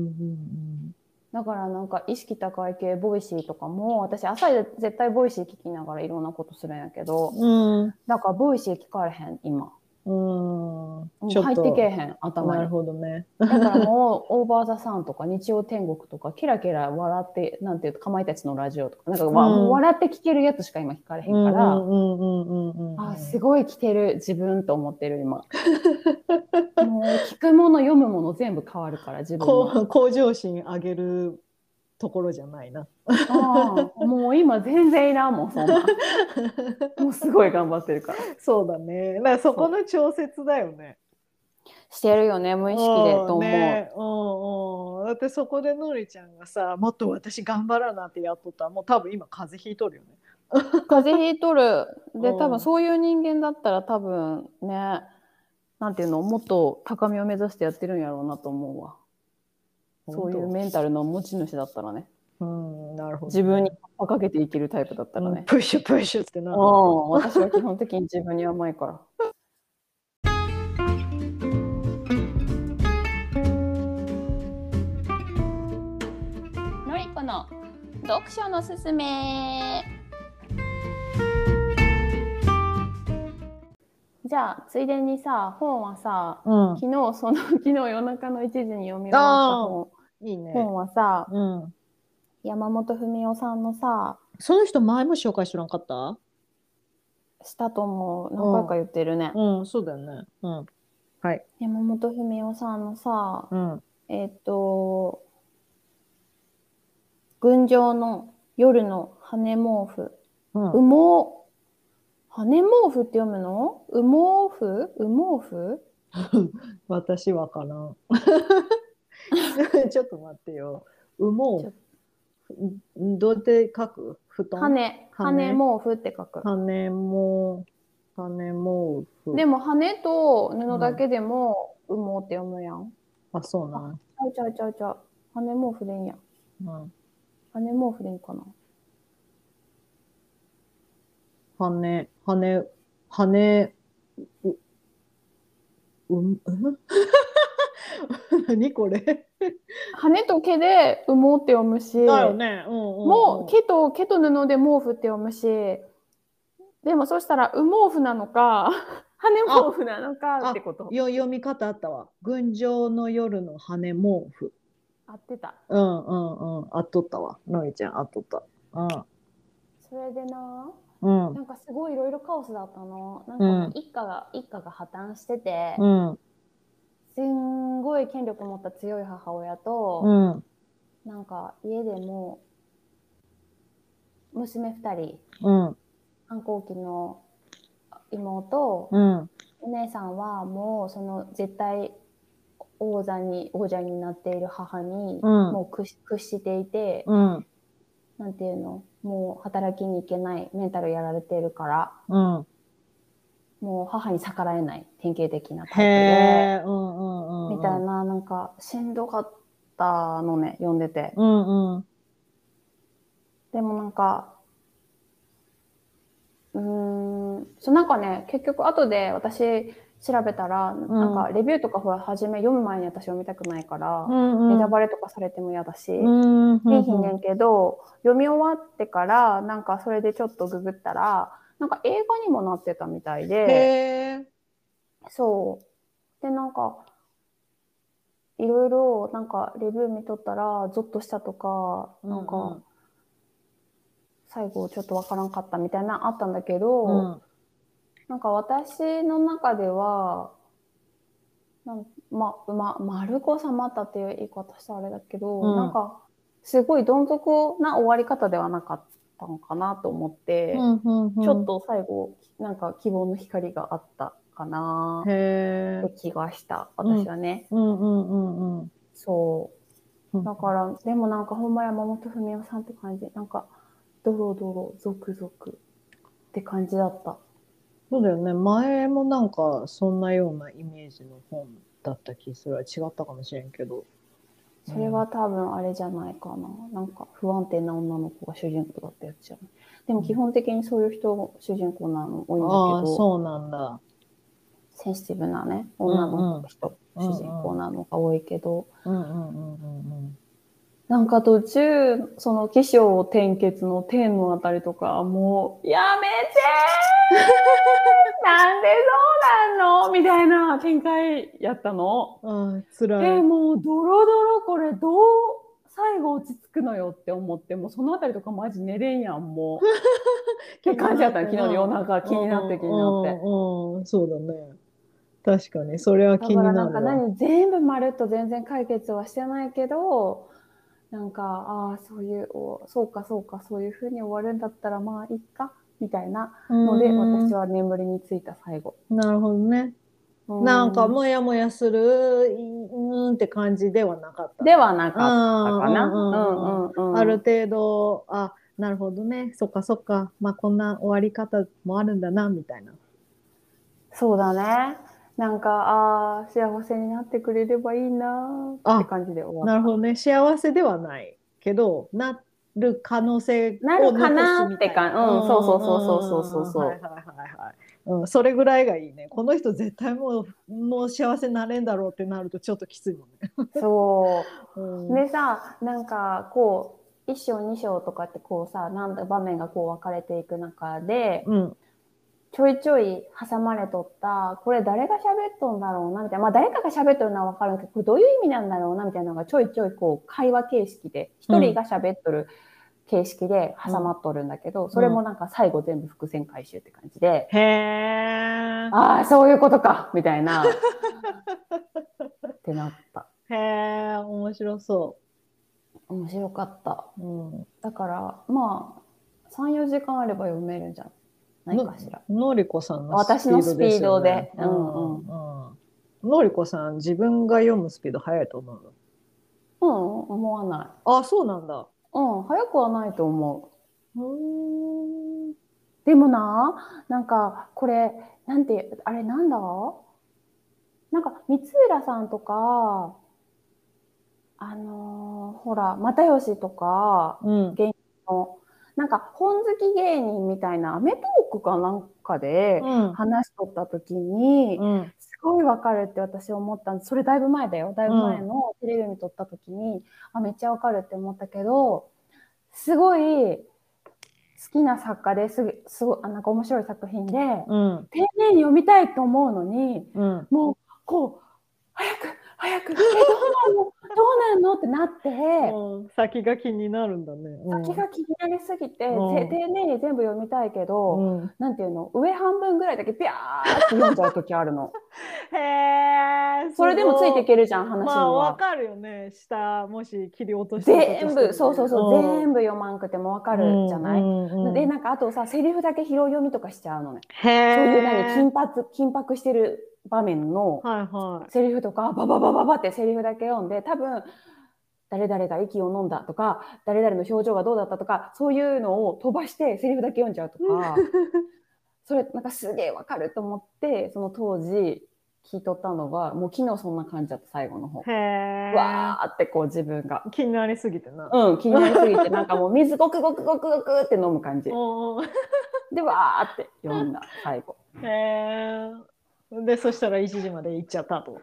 B: ん
A: だからなんか意識高い系、ボイシーとかも、私朝絶対ボイシー聞きながらいろんなことするんやけど、
B: うん。
A: だからボイシー聞かれへん、今。
B: うん。うん。
A: もう
B: ちょっ
A: 入っ
B: と
A: てけえへん、頭
B: な
A: に
B: る。ほどね。
A: だからもう、オーバーザさんとか、日曜天国とか、キラキラ笑って、なんていうか、かまいたちのラジオとか、なんか、わ
B: うん
A: もう笑って聞けるやつしか今聞かれへんか
B: う
A: ら、
B: んうんうんうんうん。
A: あ、すごい来てる、自分と思ってる、今。 もう、聞くもの、読むもの、全部変わるから、自分
B: こ
A: の。
B: う向上心上げるところじゃないな。
A: うんもう今、全然いらんもん、そんな。もう、すごい頑張ってるから。
B: そうだね。だからそこの調節だよね。
A: してるよね、無意識で、と思う。
B: んねうんうんだってそこでのりちゃんがさ、もっと私頑張らなってやっとったら、もう多分今風邪ひいとるよね。
A: 風邪ひいとる。で、
B: うん
A: 多分そういう人間だったら多分ね、なんていうの、もっと高みを目指してやってるんやろうなと思うわ。そういうメンタルの持ち主だったらね。
B: うん、なるほど。
A: 自分に葉っぱかけて生きるタイプだったら
B: うん
A: ね。
B: プッシュプッシュってな
A: う
B: る
A: ん、私は基本的に自分に甘いから。のりこの読書のすすめ。じゃあついでにさ本はさ
B: うん
A: 昨日その 昨日夜中の1時に読み終わっ
B: いい
A: た
B: ね
A: 本本はさ
B: うん
A: 山本文雄さんのさ
B: その人前も紹介してなかった
A: したと思う何回か言ってるね、
B: うんそうだよねうんはい。
A: 山本文夫さんのさ、
B: うん。
A: えっ、と、群青の夜の羽毛布。
B: うん。
A: 羽毛、羽毛布って読むの羽毛布羽毛布
B: 私わから ん。ちょっと待ってよ。羽毛。んどうやって書く布団。
A: 羽、
B: 羽
A: 羽毛布って書く。
B: 羽も、羽もうふ。
A: でも羽と布だけでも羽毛って読むやん。
B: あ、そうなん。
A: ちゃうちゃうちゃうちゃう。羽毛布でいいんや。
B: うん。
A: 羽毛布でいいかな。
B: 羽、羽、羽、う、う、うん 何これ
A: 羽と毛で羽毛って読むし、
B: だよね。うんうんうん、
A: もう毛と毛と布で毛布って読むし、でもそしたら羽毛布なのか、 羽毛布なのかってこと。
B: よ読み方あったわ。群青の夜の羽毛布。
A: 合ってた。
B: うんうんうん。あっとったわ。のりちゃん、あっとった。
A: それでな、
B: うん。うん。
A: なんかすごいいろいろカオスだったの。な
B: うん
A: んか一家が、一家が破綻してて、
B: うん。
A: すんごい権力を持った強い母親と、
B: うん。
A: なんか家でも娘2人
B: うん。
A: 反抗期の妹
B: うん。
A: お姉さんはもうその絶対王座に王者になっている母に
B: うん
A: もう屈し屈していて、
B: うん。
A: なんていうのもう働きに行けないメンタルやられてるから
B: うん。
A: もう母に逆らえない典型的なタイプ
B: へ
A: で
B: え。うんうんうん。
A: みたい。ななんかしんどかったのね読んでて。
B: うんうん。
A: でもなんか、うーん、そうなんかね、結局後で私調べたら、なんかレビューとかほら、初め読む前に私読みたくないから
B: う、んうん。
A: ネタバレとかされても嫌だし、
B: う
A: で
B: んうん。
A: きひんねんけど、読み終わってから、なんかそれでちょっとググったら、なんか映画にもなってたみたい
B: へ
A: で、
B: え。
A: そう。で、なんか、いろいろ、なんか、レビュー見とったら、ゾッとしたとか、なんか、
B: うんうん
A: 最後ちょっとわからんかったみたいなのあったんだけど、
B: うん。
A: なんか私の中では、なんま、ま、丸子様ったっていう言い方したらあれだけど、
B: うん
A: なんか、すごいどん底な終わり方ではなかったのかなと思って、
B: うんうんうん。
A: ちょっと最後、なんか希望の光があったかな
B: へえ
A: っ。て気がした、
B: うん
A: 私はね。
B: うんうんうんうん。
A: そうう。だから、でもなんかほんま山本文夫さんって感じ。なんか、ドロドロ、ゾクゾクって感じだった。
B: そうだよね。前もなんか、そんなようなイメージの本だった気するわ。違ったかもしれんけど。
A: それは多分あれじゃないかな。なんか不安定な女の子が主人公だったやつじゃない。でも基本的にそういう人、主人公なの多いん
B: あ
A: だ
B: あ、
A: けど、
B: そうなんだ。
A: センシティブなね、女の人、
B: うんうん
A: 主人公なのが多いけど、
B: うんうんうんうん
A: なんか途中、その起承転結の天のあたりとか、もう、やめて ーなんでそうなんのみたいな展開やったの。
B: うん。ああ、
A: え
B: 辛い。
A: もうドロドロこれどう最後落ち着くのよって思って、もうそのあたりとかマジ寝れんやん、も う。って感じやったの、昨日の夜中気になって気になって。
B: うんうんうん、そうだね。確かに、それは
A: だ
B: 気
A: か
B: にな
A: ら
B: る
A: な
B: わ。
A: んか何全部まるっと全然解決はしてないけどなんかああそういうおそうかそうかそういうふうに終わるんだったらまあいっかみたいなので
B: うん
A: 私は眠りについた最後。
B: なるほどね。
A: う
B: なんか、もやもやする、うーんって感じではなかった。
A: ではなかっ
B: あ
A: たかな。
B: ーうんうんうん
A: うんうんうん
B: ある程度、あ、なるほどね。そっかそっか。まあ、こんな終わり方もあるんだな、みたいな。
A: そうだね。なんかああ幸せになってくれればいいなーって感じで終わった。
B: なるほどね。幸せではないけど、なる可能性
A: なるかな
B: を残すみたい
A: ってかうんそうそうそうそうそうそうそう
B: はいはいはいはい。うん、それぐらいがいいね。この人絶対もう、もう幸せになれんだろうってなるとちょっときついもんね。
A: そう
B: うん、
A: でさなんかこう一章二章とかってこうさなんだ場面がこう分かれていく中で
B: うん。
A: ちょいちょい挟まれとったこれ誰が喋っとんだろうなみたいなまあ誰かが喋っとるのは分かるんだけどこれどういう意味なんだろうなみたいなのがちょいちょいこう会話形式で一人が喋っとる形式で挟まっとるんだけど、それもなんか最後全部伏線回収って感じで、
B: へえ。
A: ああ、そういうことかみたいな、ってなった。
B: へえ、面白そ
A: 面白かった。
B: う。うん。
A: だから、まあ、3、4時間あれば読めるんじゃないかしら。
B: のりこさんの
A: 私のスピードで
B: ですよねうんうんうん。のりこさん、自分が読むスピード速いと思うの。
A: うん、思わない。
B: あ、そうなんだ。
A: うん、早くはないと思
B: うーん。
A: う。でもな、なんか、これ、なんて、あれなんだなんか、三浦さんとか、あのーほら、又吉とか
B: うん。
A: の、なんか、本好き芸人みたいな、アメトークかなんかで
B: うん。
A: 話しとった時に、
B: うん。
A: すごいわかるって私思ったんです。それだいぶ前だよ。だいぶ前のテレビに撮った時に、あ、めっちゃわかるって思ったけど、すごい好きな作家ですぐ、すごい、あなんか面白い作品で、
B: うん。
A: 丁寧に読みたいと思うのに、
B: うん。
A: もう、こう、早く、早く、え、ど うなのどうなのってなって、
B: うん先が気になるんだね。うん
A: 先が気になりすぎて、
B: うん
A: て丁寧に全部読みたいけど、
B: うん
A: なんていうの、上半分ぐらいだけピャーって読んじゃう時あるの。
B: へえ。
A: それでもついてい
B: る
A: けるじゃん、話に
B: ま
A: は。
B: あわかるよね。下もし切り落としてたとしても
A: 全部そうそうそう、
B: ん
A: 全部読まんくてもわかるじゃない、
B: うんうんうん
A: でなんかあとさセリフだけ拾い読みとかしちゃうのね、
B: へ
A: そういう
B: え。
A: 何緊迫緊迫してる場面の
B: はいはい。
A: セリフとかバババババってセリフだけ読んで多分誰々が息を飲んだとか誰々の表情がどうだったとかそういうのを飛ばしてセリフだけ読んじゃうと かそれなんかすげえわかると思ってその当時聞いとったのがもう昨日そんな感じだった最後の方。
B: へえ。
A: わーってこう自分が
B: 気になりすぎてな。
A: うん、気になりすぎて、なんかもう水ごくごくごくごくって飲む感じ。
B: うんうん
A: で、わーって読んだ、最 後。
B: へえ。で、そしたら1時まで行っちゃったと。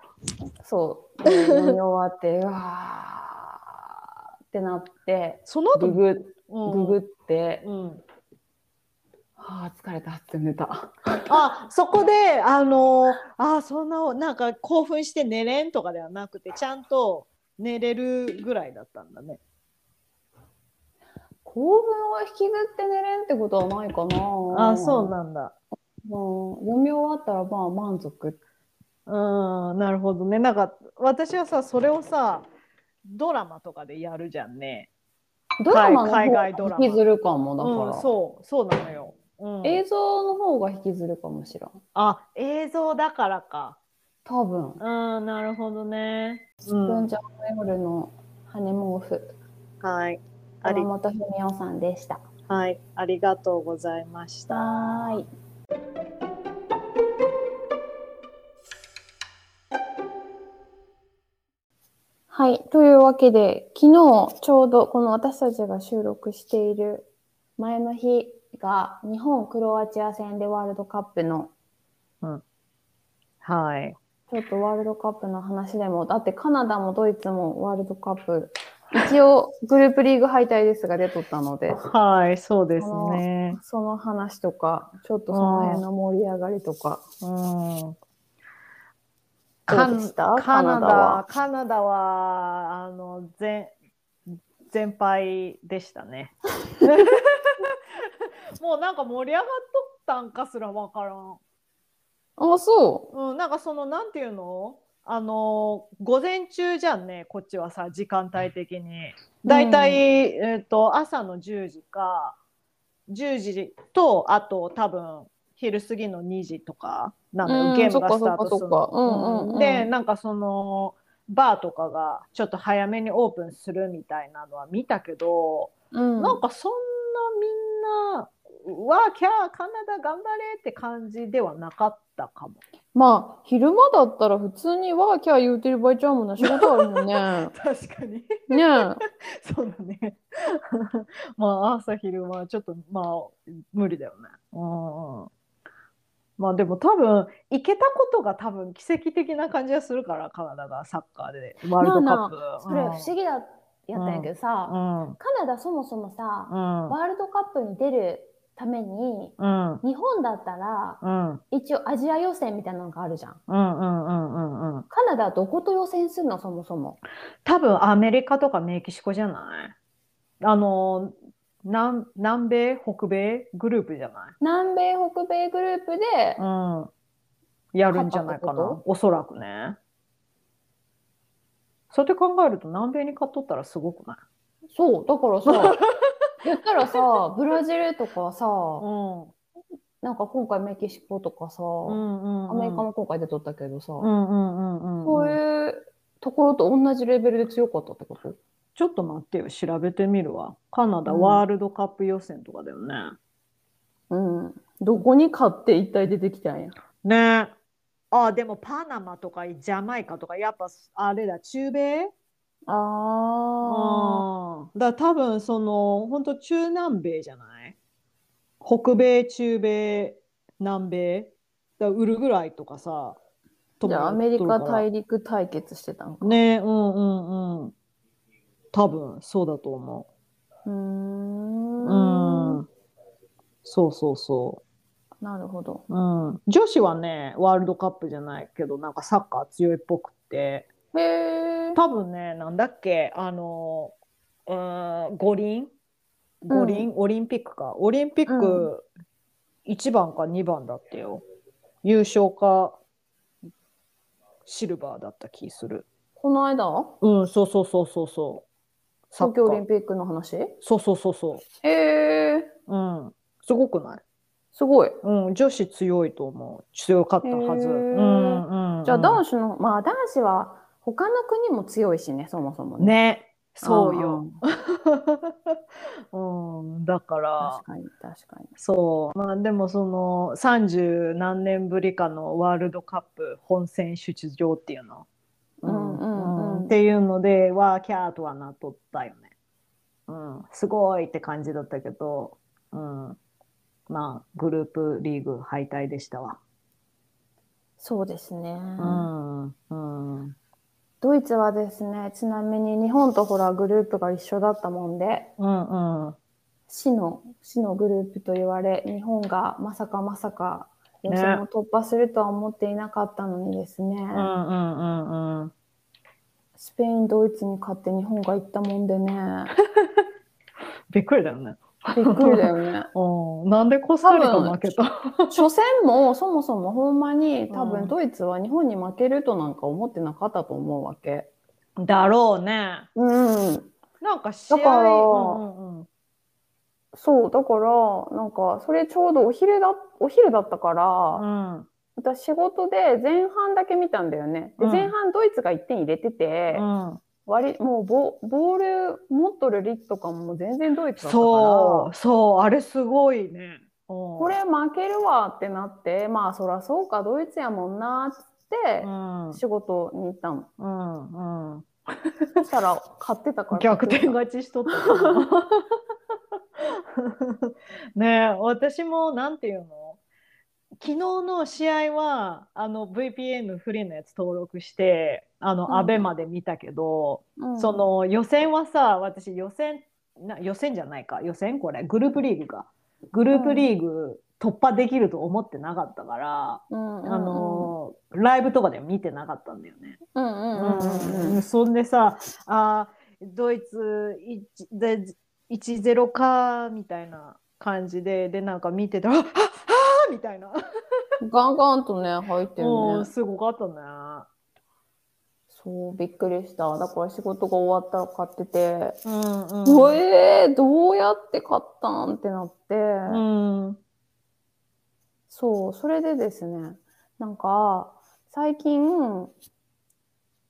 A: そう。で飲み終わって、うわーってなって、
B: その後
A: ググ
B: うん
A: ググって、
B: うん、
A: あー疲れたって寝た。
B: あそこであのあそんななんか興奮して寝れんとかではなくてちゃんと寝れるぐらいだったんだね。
A: 興奮を引きずって寝れんってことはないかな。
B: あそうなんだ。
A: うん。読み終わったら、まあ満足。
B: うんなるほどね。なんか私はさそれをさドラマとかでやるじゃんね。
A: ドラマの
B: 海
A: 方が
B: 外ドラマ
A: 引きずるかも、だから。
B: うん、そうそうなのよ。うん、
A: 映像の方が引きずるかもしれん。
B: あ映像だからか。
A: 多分。
B: うんなるほどね。う
A: うんん、じゃあ、夜の羽毛布。
B: はい。あり
A: 山本文夫さんでした。
B: はい、ありがとうございました。
A: はーい。はい。というわけで、昨日ちょうどこの私たちが収録している前の日が日本クロアチア戦でワールドカップの、
B: はい。
A: ちょっとワールドカップの話でも、だってカナダもドイツもワールドカップ、一応グループリーグ敗退ですが出とったので、
B: はい、そうですね。
A: その話とか、ちょっとその辺の盛り上がりとか、
B: うん。
A: ど
B: カ
A: うで
B: ナ
A: した
B: カナ
A: カナダは
B: ダ、カナダは、あの、全、全敗でしたね。 もうなんか盛り上がっとったんかすらわからん。
A: あ、そ
B: うん、なんかその、なんていうのあの、午前中じゃんね、こっちはさ、時間帯的に。
A: う。
B: 大体、えっと朝の10時か10時とあと多分昼過ぎの2時とかなのよ、
A: うん
B: ゲームが
A: そっ
B: ス
A: か
B: タートす
A: そ
B: る
A: っかそっかうんうん
B: の
A: うん
B: でなんかそのバーとかがちょっと早めにオープンするみたいなのは見たけど、
A: うん、
B: なんかそんなみんな「うわあキャーカナダ頑張れ!」って感じではなかったかも。。
A: まあ、昼間だったら普通にワーキャー言うてる場合ちゃうもんな、仕事あるもん ね
B: 確かに
A: ね
B: そうだね。 まあ朝昼はちょっとまあ無理だよね。うんうん。まあでも多分行けたことが多分奇跡的な感じがするからカナダがサッカーでワールドカップ。
A: それ不思議だやったんやけどさ、カナダそもそもさ、
B: うんうん
A: ワールドカップに出るために、
B: うん
A: 日本だったら
B: うん
A: 一応アジア予選みたいなのがあるじゃん。
B: うんうんうんうんうん。
A: カナダはどこと予選するのそもそも。
B: 多分アメリカとかメキシコじゃないあの南南米北米グループじゃない、
A: 南米、北米グループで、
B: うん、やるんじゃないか
A: 勝ったって
B: な
A: こ
B: おそらくねそうやって考えると南米に勝っとったらすごくない、
A: そう、だから さ、言ったらさ、ブラジルとかさ、
B: ん
A: なんか今回メキシコとかさ、
B: うんうんうん、
A: アメリカも今回出とったけどさ、
B: うんうんうんうん、
A: そういうところと同じレベルで強かったってこと
B: ちょっと待ってよ調べてみるわカナダ
A: うん
B: ワールドカップ予選とかだよね、
A: うん。どこに勝って一体出てきたんや。
B: ねあでもパナマとかジャマイカとかやっぱあれだ中米
A: あ
B: うんだから多分その本当中南米じゃない北米中米南米だからウルグライとかさ
A: あ。じゃあアメリカ大陸対決してたんか。
B: ねうんうんうん多分そうだと思
A: うー。
B: ううんんそうそうそう
A: なるほど。
B: うん、女子はねワールドカップじゃないけどなんかサッカー強いっぽくって
A: へえ。
B: 多分ねなんだっけあのうーん五輪五輪、オリンピックかオリンピッ
A: う
B: ク1番か2番だってよ、優勝かシルバーだった気する
A: この間
B: うんそうそうそうそうそうサッ
A: 東
B: カ
A: 京オリン
B: ー
A: ピックの話へ
B: そうそうそうそ
A: え。
B: ううんすごくない
A: すごい。
B: うん、女子強いと思う。強かったはず。
A: へー
B: うんうん、
A: じゃあ
B: 子
A: 男子の、まあ男子は他の国も強いしね、そもそもね。
B: ねそうよ。
A: あー。
B: うん、だから
A: 確かに、確かに。
B: そうまあでもその30何年ぶりかのワールドカップ本戦出場っていうの、
A: うんうんうん
B: っていうのでわーキャーとはなっとったよね、うん、すごいって感じだったけど、うん、まあグループリーグ敗退でしたわ。
A: そうですね。
B: うんうん
A: ドイツはですね、ちなみに日本とほらグループが一緒だったもんで、
B: うんうん
A: 死の、死のグループと言われ、日本がまさかまさか予選を突破するとは思っていなかったのにですね、
B: うんうんうんうん
A: スペイン、ドイツに勝って日本が行ったもんでね、
B: びっくりだよね。
A: びっくりだよね。
B: うん、なんでコスタリカ負けた
A: 初戦もそもそもほんまに多
B: う
A: 分
B: ん
A: ドイツは日本に負けるとなんか思ってなかったと思うわけ。
B: だろうね。
A: うん。
B: なんか試合
A: だから
B: うんうん
A: そう、だから、なんか、それちょうどお昼だ、お昼だったから、
B: うん
A: 私仕事で前半だけ見たんだよね。で、
B: うん
A: 前半ドイツが1点入れてて、
B: うんうん
A: 割りもうボボール持っとる率とかも全然ドイツだったから、
B: そうそうあれすごいね。こ
A: これ負けるわってなって、まあそらそうか、ドイツやもんなっつって
B: う、ん
A: 仕事に行ったの。
B: うんうん
A: そしたら買ってたから。
B: 逆転勝ちしとったな。ねえ私もなんていうの昨日の試合はあの VPN フリーのやつ登録してあの、
A: うん
B: アベまで見たけど。
A: うん
B: そ、の予選はさ私予選な予選じゃないか予選これグループリーグかグループリーグ突破できると思ってなかったから、
A: うんうんうん
B: あ、のーライブとかでは見てなかったんだよね。
A: うんうんうんうん。
B: そんでさあードイツ1で1-0かみたいな感じででなんか見てたら「あっああみたいな、
A: ガンガンとね、入ってる
B: う
A: ね
B: ん。すごかったね。
A: そう、びっくりした。だから仕事が終わったら買ってて、
B: うんうん
A: うえー、どうやって買ったんってなって、
B: うん
A: そう、それでですね、なんか、最近、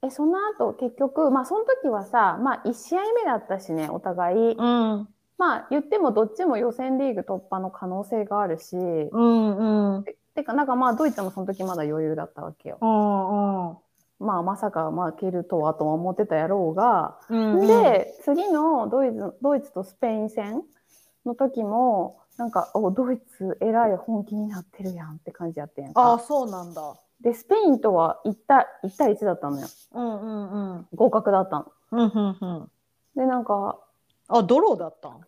A: え、その後結局、まあその時はさ、まあ1試合目だったしね、お互い。
B: うん
A: まあ言ってもどっちも予選リーグ突破の可能性があるし、
B: うんうん
A: てかなんかまあドイツもその時まだ余裕だったわけよ。
B: うんうん
A: まあまさか負けるとはとは思ってたやろうが、
B: うんうん
A: で、次のドイツドイツとスペイン戦の時も、なんか、おドイツ偉い本気になってるやんって感じやってんやん
B: ああ
A: か。
B: そうなんだ。
A: で、スペインとは1対 ,1 対1だったのよ。
B: うんうんうん。
A: 合格だったの。
B: うんうんうん。
A: で、なんか、
B: あドローだったん。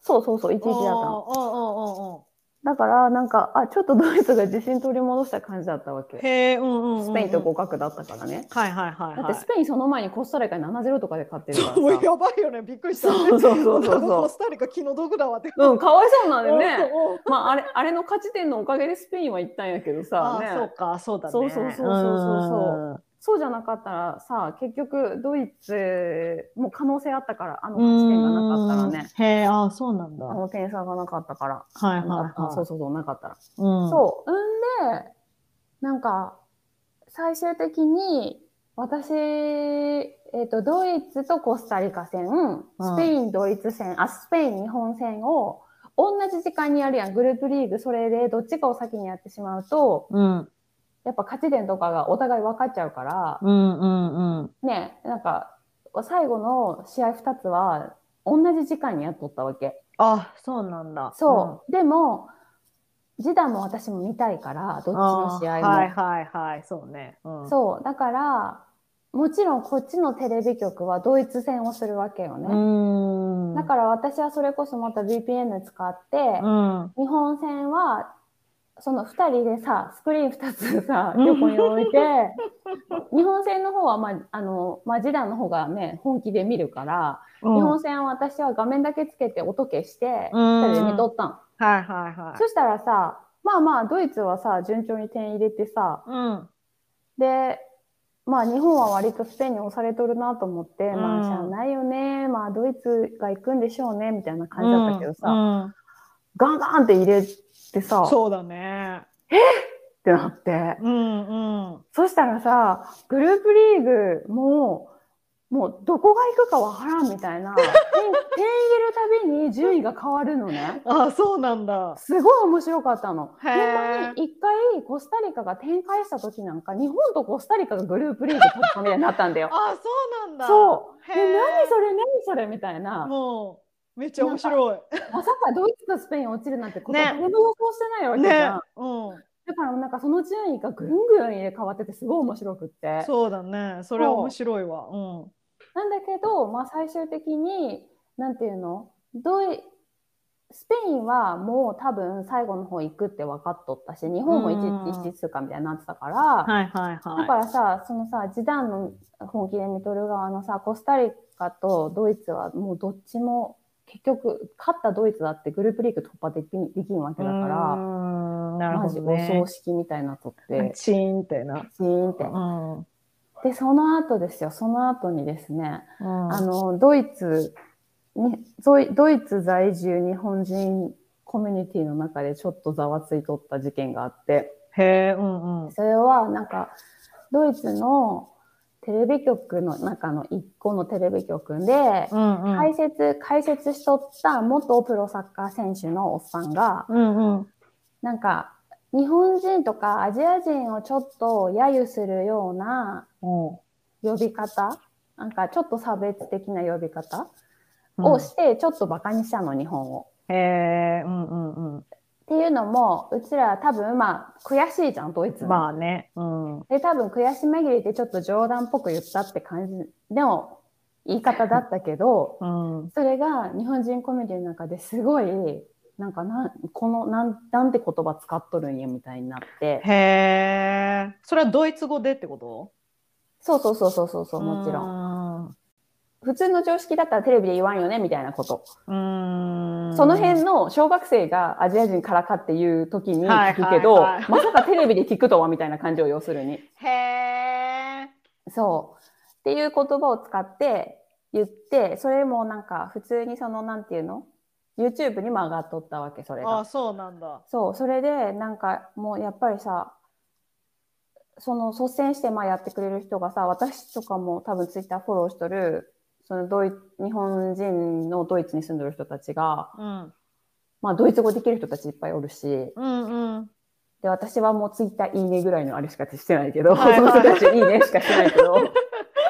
A: そうそうそう、1-1だった
B: あ
A: の。
B: ああああ
A: だから、なんか、あ、ちょっとドイツが自信取り戻した感じだったわけ。
B: へえ、うんうんうんうん。
A: スペインと互角だったからね。
B: はいはいはい
A: だ
B: は
A: っ
B: い。
A: てスペインその前にコスタリカに7-0とかで勝ってるからさ。
B: そうやばいよねびっくりした。
A: そうそうそうそうそう
B: コスタリカ気の毒だわって。
A: うん、かわいそうなんだよね。
B: うんうん
A: まあ、あれ、 あれの勝ち点のおかげでスペインは行ったんやけどさ、
B: あ
A: ね、
B: ーそうかそうだね。
A: そうそうそうそうそうそうじゃなかったらさ、結局ドイツも可能性あったから、あの
B: う
A: 勝ち
B: ん
A: 点がなかったらね、
B: へえあーそうなんだ。
A: あ
B: はい
A: の点差がなかったから、
B: はい
A: なかった
B: はい。
A: そうそうそう、なかった
B: う
A: ら。
B: ん
A: そう。うんで、なんか、最終的に、私、えっ、と、ドイツとコスタリカ戦、スペイン、ドイツ戦、あ、スペイン、日本戦を、同じ時間にやるやん、グループリーグ。それで、どっちかを先にやってしまうと、
B: うん
A: やっぱ勝ち点とかがお互い分かっちゃうから、
B: うんうんうん。
A: ね、なんか、最後の試合2つは、同じ時間にやっとったわけ。
B: あそうなんだ。
A: そう。でも、ジダンも私も見たいから、ど
B: うん。
A: っちの試合も。
B: あーはいはいはいそうね。うん
A: そう。だから、もちろんこっちのテレビ局はドイツ戦をするわけよね。
B: うん。
A: だから私はそれこそまた VPN 使って、
B: うん。
A: 日本戦は、その2人でさ、スクリーン2つさ、
B: うん
A: 横に置いて、日本戦の方は、まあ、あの、まあ、ジダンの方がね、本気で見るから、
B: うん
A: 日本戦は私は画面だけつけて音消して、
B: うん
A: 2人で見とったん。
B: はいはいはい。
A: そしたらさ、まあまあ、ドイツはさ、順調に点入れてさ、
B: うん。
A: で、まあ日本は割とスペインに押されとるなと思って、
B: ん
A: まあしゃあないよね、まあドイツが行くんでしょうね、みたいな感じだったけどさ、
B: うんうん
A: ガンガンって入れてさ、っ
B: そうだね。
A: てなって。
B: うんうん。
A: そしたらさ、グループリーグも、もうどこが行くかわからんみた いな、点点入れるたびに順位が変わるのね。
B: あーそうなんだ。
A: すごい面白かったの。
B: へ
A: ほ
B: ー
A: んまに一回コスタリカが展開した時なんか、日本とコスタリカがグループリーグ突破みたいになったんだよ。
B: あーそうなんだ。
A: そう。
B: へ
A: え、
B: ー
A: 何それ、何それみたいな。
B: もうめっちゃ面白い。
A: まさかドイツとスペイン落ちるなんてこと、
B: ね
A: 誰も予想してないわけじ
B: ね
A: ゃん。、
B: う
A: だからなんかその順位がぐんぐん入れ替わっててすごい面白くって。なん
B: ん、
A: だ
B: そうだね。それは面白いわ。うん。
A: けど、まあ最終的に、なんていうのドイスペインはもう多分最後の方行くって分かっとったし、日本
B: う
A: も
B: ん
A: 1一通過みたいになってたから、
B: はいはい
A: だ
B: は
A: からさ、そのさ、ジダンの本気で見とる側のさ、コスタリカとドイツはもうどっちも結局、勝ったドイツだってグループリーグ突破できんできんわけだから、
B: なる
A: マ
B: ほ
A: ジ
B: ど
A: お葬
B: ね。
A: 式みたいなとって、
B: チーンってな。
A: シーンって
B: う。ん。うん
A: で、その後ですよ、その後にですね、あ
B: は
A: の、ドイツに、ゾイドイツ在住日本人コミュニティの中でちょっとざわついとった事件があって、
B: い。へえ、うんうん。
A: それはなんかドイツのテレビ局の中の一個のテレビ局で
B: うんうん。
A: 解説、解説しとった元プロサッカー選手のおっさんが、
B: うんうん。
A: なんか日本人とかアジア人をちょっと揶揄するような
B: お
A: 呼び方なんかちょっと差別的な呼び方
B: う
A: をして、ちょっと馬鹿にしたの、日本を。
B: へえ、うんうんうん。
A: っていうのも、うちら多分まあ悔しいじゃん、ドイツも
B: まあね。うん。
A: で、多分悔し紛れてちょっと冗談っぽく言ったって感じの言い方だったけど、
B: うん。
A: それが日本人コミュニティの中ですごい、なんかなん、この、なん、なんて言葉使っとるんやみたいになって。
B: へえ。それはドイツ語でってこと
A: そうそうそうそうそうそう、もちろん。
B: ん。
A: 普通の常識だったらテレビで言わんよね、みたいなこと。
B: うん。
A: その辺の小学生がアジア人からかっていう時に聞くけど、
B: はいはいはい
A: まさかテレビで聞くとは、みたいな感じを要するに。
B: へえ。
A: そう。っていう言葉を使って言って、それもなんか普通にその、なんていうの ?YouTube にも上がっとったわけ、それ
B: あ、
A: が。
B: そうなんだ。
A: そう、それでなんかもうやっぱりさ、その率先してまあやってくれる人がさ、私とかも多分 Twitter フォローしとる、そのドイ日本人のドイツに住んでる人たちが、
B: うん。
A: まあドイツ語できる人たちいっぱいおるし、
B: うんうん。
A: で、私はもう Twitter いいねぐらいのあれしかしてないけど、
B: はいはい
A: その人たちいいねしかしてないけ ど、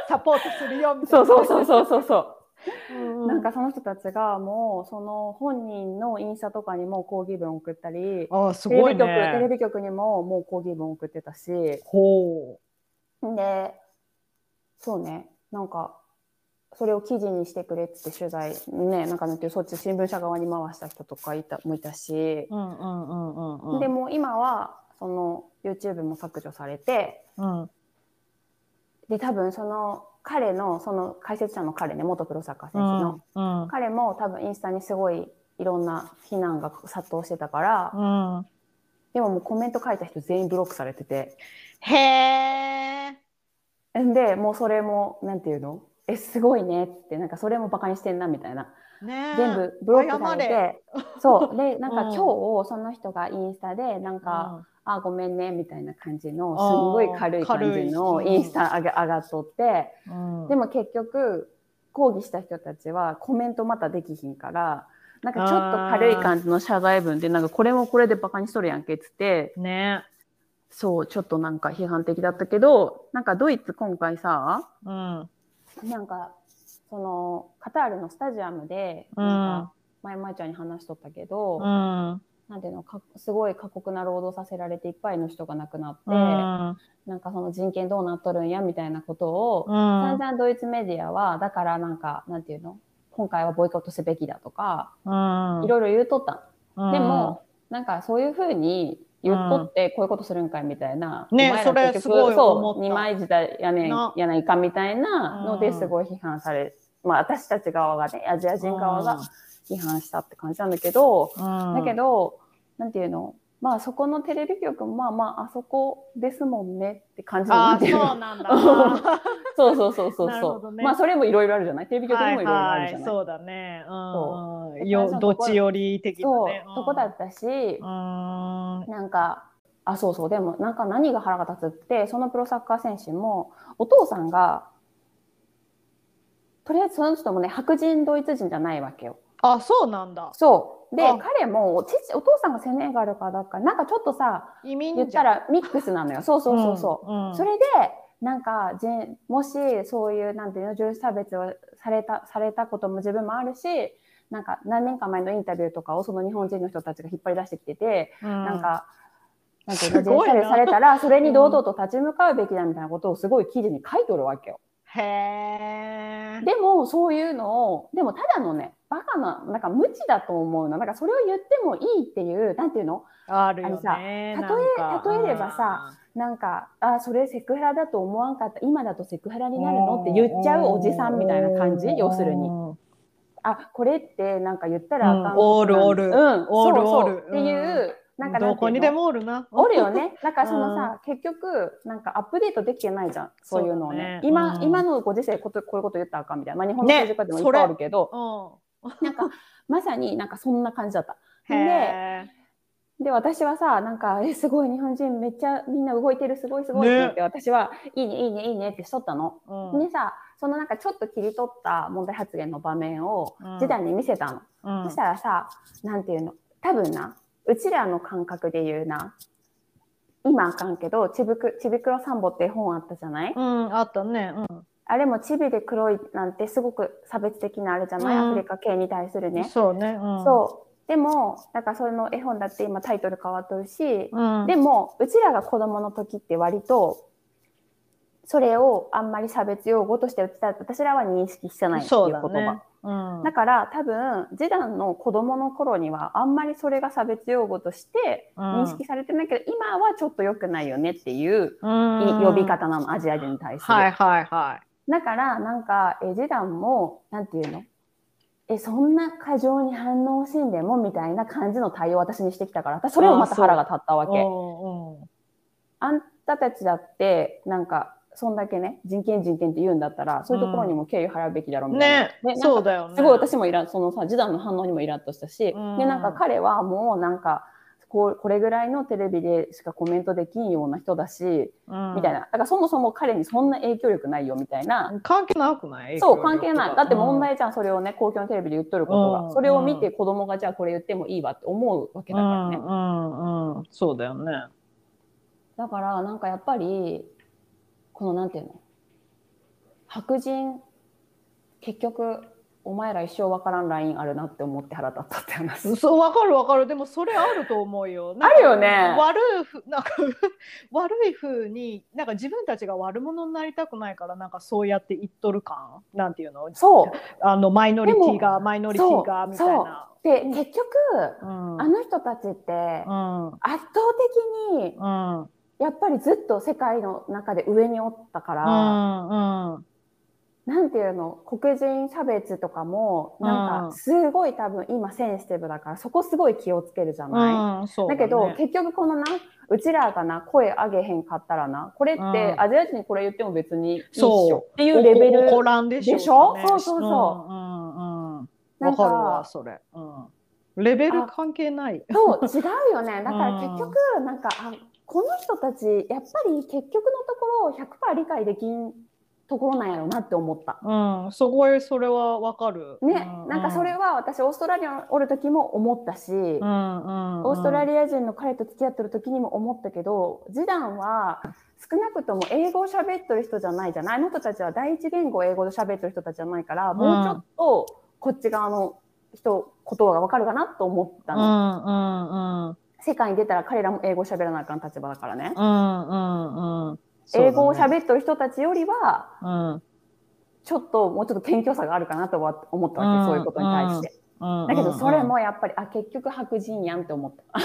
B: サポートするよみたい
A: そ
B: な。
A: うそうそうそうそうそう。
B: うんうん
A: なんかその人たちがもうその本人のインスタとかにも抗議文送ったり、
B: あーす
A: テレ
B: ご
A: ビ
B: い
A: 局テレ
B: ね。
A: ビ局にももう抗議文送ってたし、で、
B: ほう。
A: そうね、なんか、それを記事にしてくれって取材ねなんかなんていうそっち新聞社側に回した人とかいたもいたし、
B: うんうんうんうんうん
A: でも今はその YouTube も削除されて
B: うん
A: で多分その彼のその解説者の彼ね元プロサッカー選手の、
B: うんうん
A: 彼も多分インスタにすごいいろんな非難が殺到してたから、
B: うん
A: でももうコメント書いた人全員ブロックされてて
B: へえ
A: んでもうそれもなんていうのえすごいねってなんかそれもバカにしてんなみたいな
B: ねえ
A: 全部ブロックされ
B: 謝
A: てそうでなんか
B: うん
A: 今日その人がインスタでなんか、あごめんねみたいな感じの
B: あー
A: すんごい軽い感じの
B: 軽い
A: インスタ上げ上がっとって、
B: うんうん
A: でも結局抗議した人たちはコメントまたできひんからなんかちょっと軽い感じの謝罪文でなんかこれもこれでバカにしとるやんけっつって
B: ね
A: そうちょっとなんか批判的だったけどなんかドイツ今回さ
B: うん
A: なんかそのカタールのスタジアムでなんか前々ちゃんに話しとったけど、
B: うん
A: なんていうのかすごい過酷な労働させられていっぱいの人が亡くなって、
B: うん
A: なんかその人権どうなっとるんやみたいなことを、
B: うん
A: 散々ドイツメディアはだからなんかなんていうの今回はボイコットすべきだとか、
B: うん
A: いろいろ言うとった
B: うん
A: ん、でもなんかそういうふうに言っとってこういうことするんかいみたいな、
B: ね
A: お前ら
B: それ
A: 結
B: す
A: 局
B: ごい思
A: そ
B: った
A: う二枚舌やねん
B: な
A: やないかみたいなの
B: う
A: で
B: ん
A: すごい批判され、まあ私たち側がねアジア人側が批判したって感じなんだけど、
B: うん
A: だけど、なんていうのまあそこのテレビ局もまあまああそこですもんねって感じのな
B: あ
A: んて
B: ー
A: いう
B: そ
A: の
B: うなんだ
A: そうそうそうそう
B: なるほ
A: そ
B: ど
A: う、
B: ね
A: まあそれもいろいろあるじゃないテレビ局にもいろいろあるじゃない、
B: そうだね。うんうん。
A: う
B: よ
A: で
B: どっちより的な
A: そう
B: ね。
A: とこだったし、
B: うん。うん
A: なんかあそうそうでもなんか何が腹が立つってそのプロサッカー選手もお父さんがとりあえずその人もね白人ドイツ人じゃないわけよ
B: あ、そうなんだ。
A: そうで
B: あ
A: 彼も父お父さんがセネガルかだからなんかちょっとさ
B: 移民じゃ
A: 言
B: ん
A: った、らミックスなのよそうそうそうそう、
B: うん。うん
A: それでなんかじんもしそういうなんていうの人種差別をされたされたことも自分もあるしなんか何年か前のインタビューとかをその日本人の人たちが引っ張り出してきてて、なん、か。なんていうの
B: すご
A: 人
B: い
A: 種差
B: な
A: 別されたらそれに堂々と立ち向かうべきだみたいなことをすごい記事に書いとるわけよ。
B: へえ。
A: でもそういうのをでもただのねバカななんか無知だと思うのなんかそれを言ってもいいっていうなんていうの
B: あるよね。
A: あ
B: なん
A: のさ
B: か
A: 例え例えればさ、なんか、あ、それセクハラだと思わんかった、今だとセクハラになるのって言っちゃうおじさんみたいな感じ、要するに。あ、これってなんか言ったらあかんことな
B: うん
A: ん
B: おるおる
A: うん、
B: おる
A: そう
B: お
A: そう
B: る
A: っていう、なんかなんていうの
B: どこにでもおるな。
A: おるよね。なんかそのさ、結局、なんかアップデートできてないじゃん、そういうのをね。
B: そうだね
A: 今、
B: うん
A: 今のご時世こと、こういうこと言ったらあかんみたいな。まあ、日本の
B: ね
A: 政治家でもいっぱいあるけど、
B: う
A: なんか、まさになんかそんな感じだった。
B: ん。へえ。
A: で私はさなんか「えすごい日本人めっちゃみんな動いてるすごいすごい」って言って、私は「いいねいいねいいね」ってしとったの。
B: うん
A: でさそのなんかちょっと切り取った問題発言の場面を
B: うん
A: 時代に見せたの。
B: うん
A: そしたらさなんていうの多分なうちらの感覚で言うな今あかんけど「ちびくちびくろサンボ」って絵本あったじゃない、
B: うん、あったね。
A: あれも「ちびで黒い」なんてすごく差別的なあれじゃない、
B: うん
A: アフリカ系に対する
B: うん。
A: ね。
B: そうね。うん。
A: そうでもなんかその絵本だって今タイトル変わっとるし、
B: うん。
A: でもうちらが子どもの時って割とそれをあんまり差別用語として私た私らは認識してないっていう
B: そうだ
A: 言葉。
B: ね。うん。
A: だから多分次男の子供の頃にはあんまりそれが差別用語として認識されてないけど、今はちょっと良くないよねっていうい
B: うん
A: 呼び方なのアジア人に対する。
B: はいはいはい。
A: だからなんかえ次男もなんていうのえそんな過剰に反応しんでもみたいな感じの対応を私にしてきたから私それをまた腹が立ったわけ。
B: お
A: あんたたちだって、なんか、そんだけね、人権人権って言うんだったら、そういうところにも敬意払うべきだろ
B: う
A: うん
B: う
A: み
B: ん
A: たいな。
B: ね
A: でなん、か
B: そうだよね。
A: すごい私もイラそのさ、示談の反応にもイラッとしたし、
B: うん
A: で、なんか彼はもうなんか、こうこれぐらいのテレビでしかコメントできんような人だし、
B: うん
A: みたいな。だからそもそも彼にそんな影響力ないよ、みたいな。
B: 関係なくない
A: そう、関係ない。だって問、題じゃん、それをね、公共のテレビで言っとることが。
B: うん
A: それを見て子供がじゃあこれ言ってもいいわって思うわけ
B: 影響力
A: だからね。
B: とかうんうんうん。そうだよね。
A: だからなんかやっぱりこのなんていうの白人結局お前ら一生わからんラインあるなって思って腹立ったって話。
B: そうわかるわかるでもそれあると思うよ。なんか
A: あるよね
B: 悪いふ なんか悪い風になんか自分たちが悪者になりたくないからなんかそうやって言っとる感なんていうの
A: そう。
B: あのマイノリティがマイノリティ
A: そ
B: が
A: う
B: みたいな。
A: で、結局、
B: うん
A: あの人たち
B: うん
A: って、圧倒的に、
B: うんうん
A: やっぱりずっと世界の中で上におったから、
B: うん
A: なんていうの、黒人差別とかも、なん
B: うん
A: か、すごい多分今センシティブだから、そこすごい気をつけるじゃない、
B: うんそう
A: だ
B: ね
A: けど、結局このな、うちらがな、声上げへんかったらな、これって、
B: うん
A: アジア人にこれ言っても別にいいっし
B: そ
A: ょ
B: う
A: っていうレベル。
B: 怒らんでしょ
A: でしょ
B: ね
A: そうそうそ
B: うんうんうん
A: な
B: わ
A: ん
B: かるわ
A: か、
B: それ、うん、レベル関係ない
A: そう、違う よね。だから結局、なんか、あこの人たち、やっぱり結局のところ、100%理解できんところなんやろうなって思った。
B: うん、すごいそれはわかる。
A: ね、
B: う
A: なんかそれ、は私、オーストラリアにおる時も思ったし、
B: うんうん、
A: オーストラ
B: リ
A: リア人の彼と付き合ってる時にも思ったけど次男は少なくとも英語を喋ってる人じゃないじゃないあの人たちは第一言語を英語で喋ってる人たちじゃないからもうちょっとこっち側の人言葉が分かるかなと思った
B: ア
A: の、
B: の、
A: 世界に出たら彼らも英語を喋らなあかん立場だからね
B: うんうんうんうんうん、
A: 英語を
B: る、
A: 喋ってる人たちよりは
B: うんうん
A: ちょっともうちょっと謙虚さがあるかなとは思ったわ
B: う
A: け、
B: ん
A: そういうことに対して、
B: うん、
A: だけどそれ、もやっぱりあ結局白人やんって思った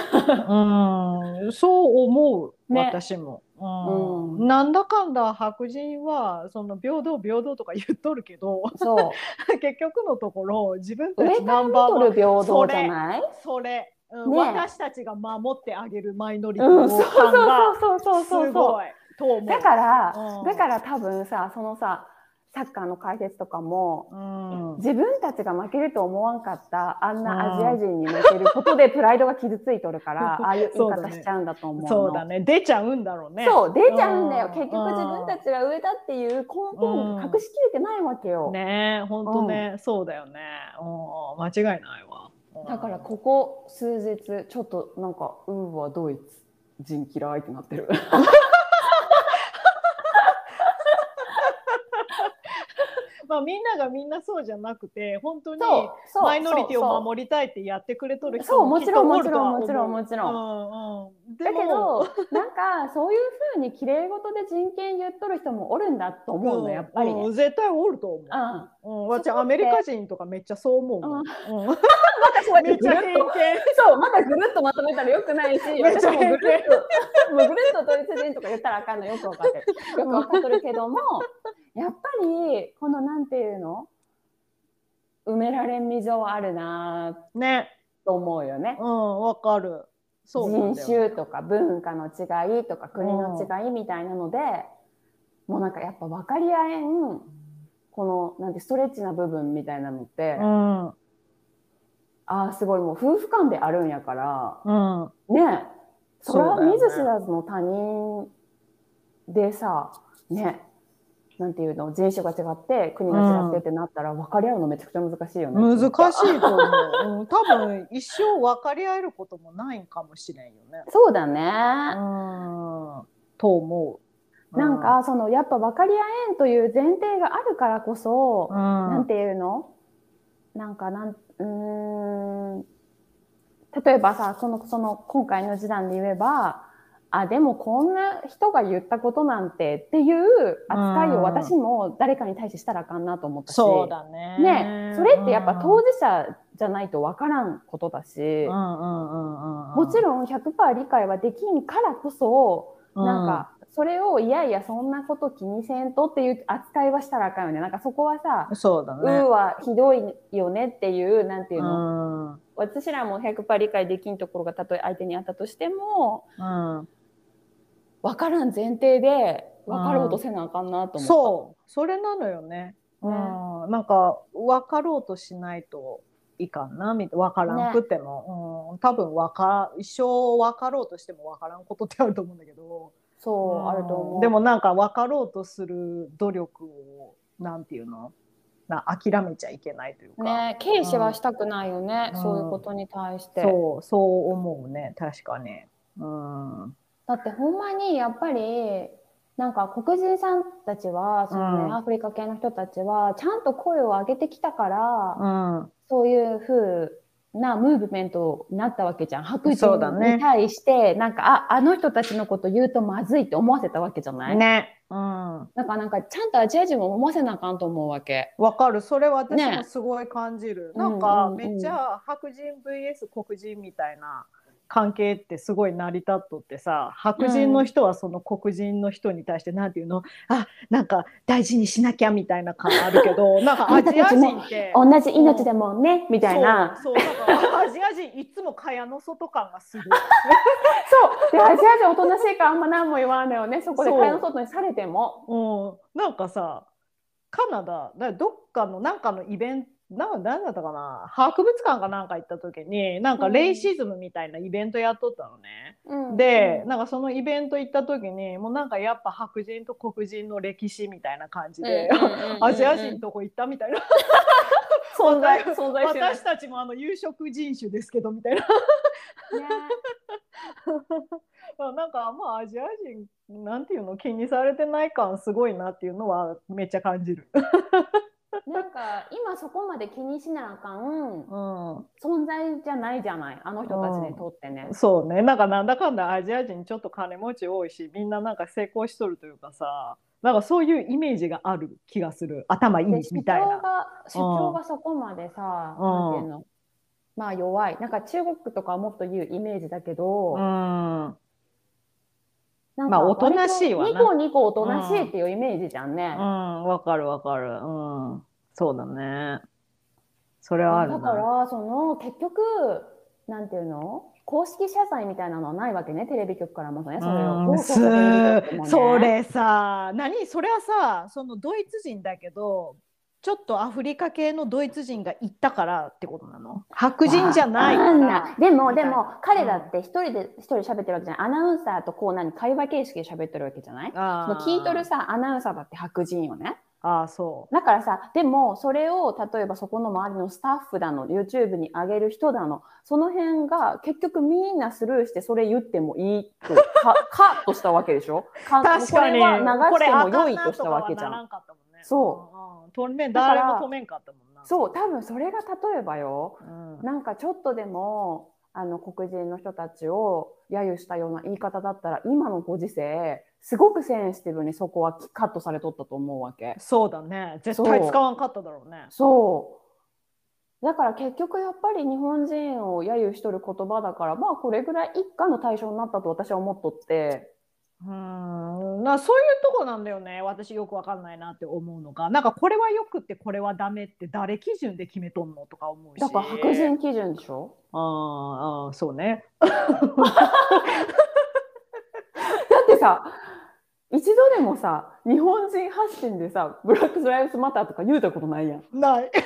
B: うん、そう思う、
A: ね
B: 私も、うん
A: うん
B: なんだかんだ白人はその平等平等とか言っとるけど
A: そう
B: 結局のところ自分た
A: 上
B: ち
A: か
B: ナ
A: ら
B: ン
A: 見
B: バー
A: と
B: ワ
A: る
B: ン
A: 平等じゃない
B: それ、うん
A: ね
B: 私たちが守ってあげるマイノリティ
A: うん、
B: の
A: そう
B: 感が
A: そうそうそうそう
B: すごいと思う。
A: だから、
B: うん
A: だから多分さそのさサッカーの解説とかも、
B: うん
A: 自分たちが負けると思わんかったあんなアジ
B: うん
A: ア人に負けることでプ ライドが傷ついとるからああいう言い
B: そうだ
A: 方
B: ね
A: しちゃうんだと思うの
B: そうだね出ちゃうんだろうね。
A: そう出ちゃうんだよ、
B: うん
A: 結局自分たちが上だっていう根本が隠しきれてないわけよ、
B: ねえ本当ね、そうだよね、うん、間違いないわ。うん
A: だからここ数日ちょっとなんかウーはドイツ人嫌いってなって る
B: まあみんながみんなそうじゃなくて本当に
A: そうそう
B: マイノリティを
A: る
B: 守りたいってやってくれとる人
A: そう
B: も
A: も
B: き
A: ち
B: っ
A: ろ
B: と
A: ん
B: お
A: も
B: る
A: ち
B: と
A: ろ
B: は
A: ん
B: 思う
A: もちろんもちろん
B: うんうん。で
A: だけ
B: も
A: どなんかそういうふうに綺麗事で人権言っとる人もおるんだと思うのやっぱりね。
B: う
A: うん
B: ん絶対おると思う。うん、私アメリカ人とかめっちゃそう思うもん。 うん
A: 私は
B: めっちゃ偏見。
A: そうまだぐるっとまとめたらよくないし
B: っち
A: 私
B: ゃ
A: もぐるっともうぐるっとドイツ人とか言ったらあかんのよくわかってる よくわかっとるけどもやっぱりこのなんていうの埋められん溝はあるな
B: ね、
A: と思うよね
B: う。ん、わかる。そうなん
A: 人
B: だよ
A: 種とか文化の違いとか国の違いみたいなので、もうなんかやっぱ分かり合えんこのなんてストレッチな部分みたいなのって、
B: う
A: あ
B: ん、う
A: あーすごいもう夫婦間であるんやから
B: ん、
A: ねえそれは
B: そうだよね
A: 見ず知らずの他人でさねなんていうの人種が違って国が違ってってなったら分かり合うのめちゃくちゃ難しいよね。
B: 難しいと思う。うん、多分一生分かり合えることもないんかもしれんよね。
A: そうだね。
B: うん、と思う。
A: なん、かそのやっぱ分かり合えんという前提があるからこそ、
B: うん、
A: なんていうのなんかなん、うーん。例えばさ、その、その、今回の時談で言えば、あ、でもこんな人が言ったことなんてっていう扱い
B: うん
A: を私も誰かに対してしたらあかんなと思ったし。
B: そうだね。
A: ね、それってやっぱ当
B: 時、
A: 事者じゃないとわからんことだし
B: う、んうんうんうん、
A: もちろん100%理解はできんからこそ、
B: ろ
A: なん、か、それをいやいやそんなこと気にせんとっていう扱いはしたらあかんよね。なんかそこはさ、
B: うんそうだ
A: う
B: ね
A: ー。はひどいよねっていう、なんていうの、
B: ん、うん、
A: 私らも100%理解できんところがたとえ相手にあったとしても、分からん前提で、分かろうとせなあかんなと思った。
B: そうそれなのよね、うん、なんか分かろうとしないといかんなみたい分からんくても、うん、多分分か一生分かろうとしても分からんことってあると思うんだけど、
A: そう、
B: ん
A: あると思う。
B: でも、なんか分かろうとする努力をなんていうのな諦めちゃいけないというか、
A: ね、軽視はしたくないよね、
B: うん
A: そういうことに対して。
B: そうそう思うね確かに。うん、うん
A: だってほんまにやっぱり、なんか黒人さんたちは、そのね、
B: うん
A: アフリカ系の人たちは、ちゃんと声を上げてきたから、
B: うん
A: そういう風なムーブメントになったわけじゃん。白
B: そうだ
A: 人
B: ね
A: に対して、なんか、あ、あの人たちのこと言うとまずいって思わせたわけじゃない、
B: ねうんわ
A: なんか、なんか、ちゃんとアジア人も思わせなあかんと思うわけ。
B: かるそれは私
A: ね
B: もすごい感じる、
A: うん
B: なんか
A: うんうん
B: めっちゃ白人 VS 黒人みたいな関係ってすごい成り立っとってさ白人の人はその黒人の人に対してなんていうの、あなんか大事にしなきゃみたいな感あるけ どなんかアジア人って
A: 同じ命だもんね、みたいな。
B: そうそうなんかアジア人いつも蚊帳の外感がする
A: そう。で、アジア人おとなしいからあんま何も言わんのよね。そこで
B: そう
A: 会の外にされても。
B: うん、なんかさカナダだどっかのなんかのイベントな何だったかな博物館かなんか行った時になんかレイシズムみたいなイベントやっとったのね、でなんかそのイベント行った時にもうなんかやっぱ白人と黒人の歴史みたいな感じで、 アジア人とこ行ったみ たいな、
A: 存在、存在してない
B: 私。たちもあの有色人種ですけどみたいな なんかまあアジア人なんていうの気にされてない感すごいなっていうのはめっちゃ感じる。
A: なんか今そこまで気にしなあかん
B: うん
A: 存在じゃないじゃないあの人たちにとってね。
B: そうねなんかなんだかんだアジア人ちょっと金持ち多いしみんななんか成功しとるというかさなんかそういうイメージがある気がする頭いい
A: で主
B: み
A: 張
B: たいな。
A: が主張がそこまでさ、
B: うん
A: なんていうのまあ弱いなんか中国とかはもっと言うイメージだけど、
B: うん
A: なん
B: ま
A: か
B: あおとなしいわな
A: ニコニコおとなしいっていうイメージじゃんね
B: う。んわかるわかるうんそうだねそれはある
A: だ
B: な
A: からその結局なんていうの公式謝罪みたいなのはないわけねテレビ局からもねそれを
B: う
A: ど
B: ん
A: うさせているかって
B: す
A: もね
B: それさ何それはさそのドイツ人だけどちょっとアフリカ系のドイツ人が行ったからってことなの白人じゃないか
A: わかん
B: ら
A: ないでも、
B: みた
A: で
B: いな
A: も、彼だって一人で一人喋ってるわけじゃない。アナウンサーとこう何、会話形式で喋ってるわけじゃないその
B: あー
A: 聞いとるさ、アナウンサーだって白人よね。
B: ああそ
A: だからさ、でも、それを、例えばそこの周りのスタッフだの、YouTube に上げる人だの、その辺が結局みんなスルーして、それ言ってもいいと、 かカットしたわけでしょか
B: う確かに
A: これは流
B: これあ
A: し
B: かん
A: ても良い
B: な
A: としたわけじ
B: とか
A: ゃ
B: はなら
A: ん。
B: んかったもんね
A: そ
B: うんうん止めん
A: だから
B: 誰も止めんかったもんな
A: そう、多分それが例えばよ、
B: うん、
A: なんかちょっとでもあの黒人の人たちを揶揄したような言い方だったら今のご時世すごくセンシティブにそこはカットされとったと思うわけ。
B: そうだね絶対使わんかっただろうね
A: そうだから結局やっぱり日本人を揶揄しとる言葉だからまあこれぐらい一家の対象になったと私は思っとって
B: うんなそういうとこなんだよね私よくわかんないなって思うのがなんかこれはよくってこれはダメって誰基準で決めとんのとか思うし
A: だから白人基準でしょ
B: あーあーそうね
A: だってさ一度でもさ日本人発信でさブラック・ライブズ・マターとか言うたことないやん。
B: ない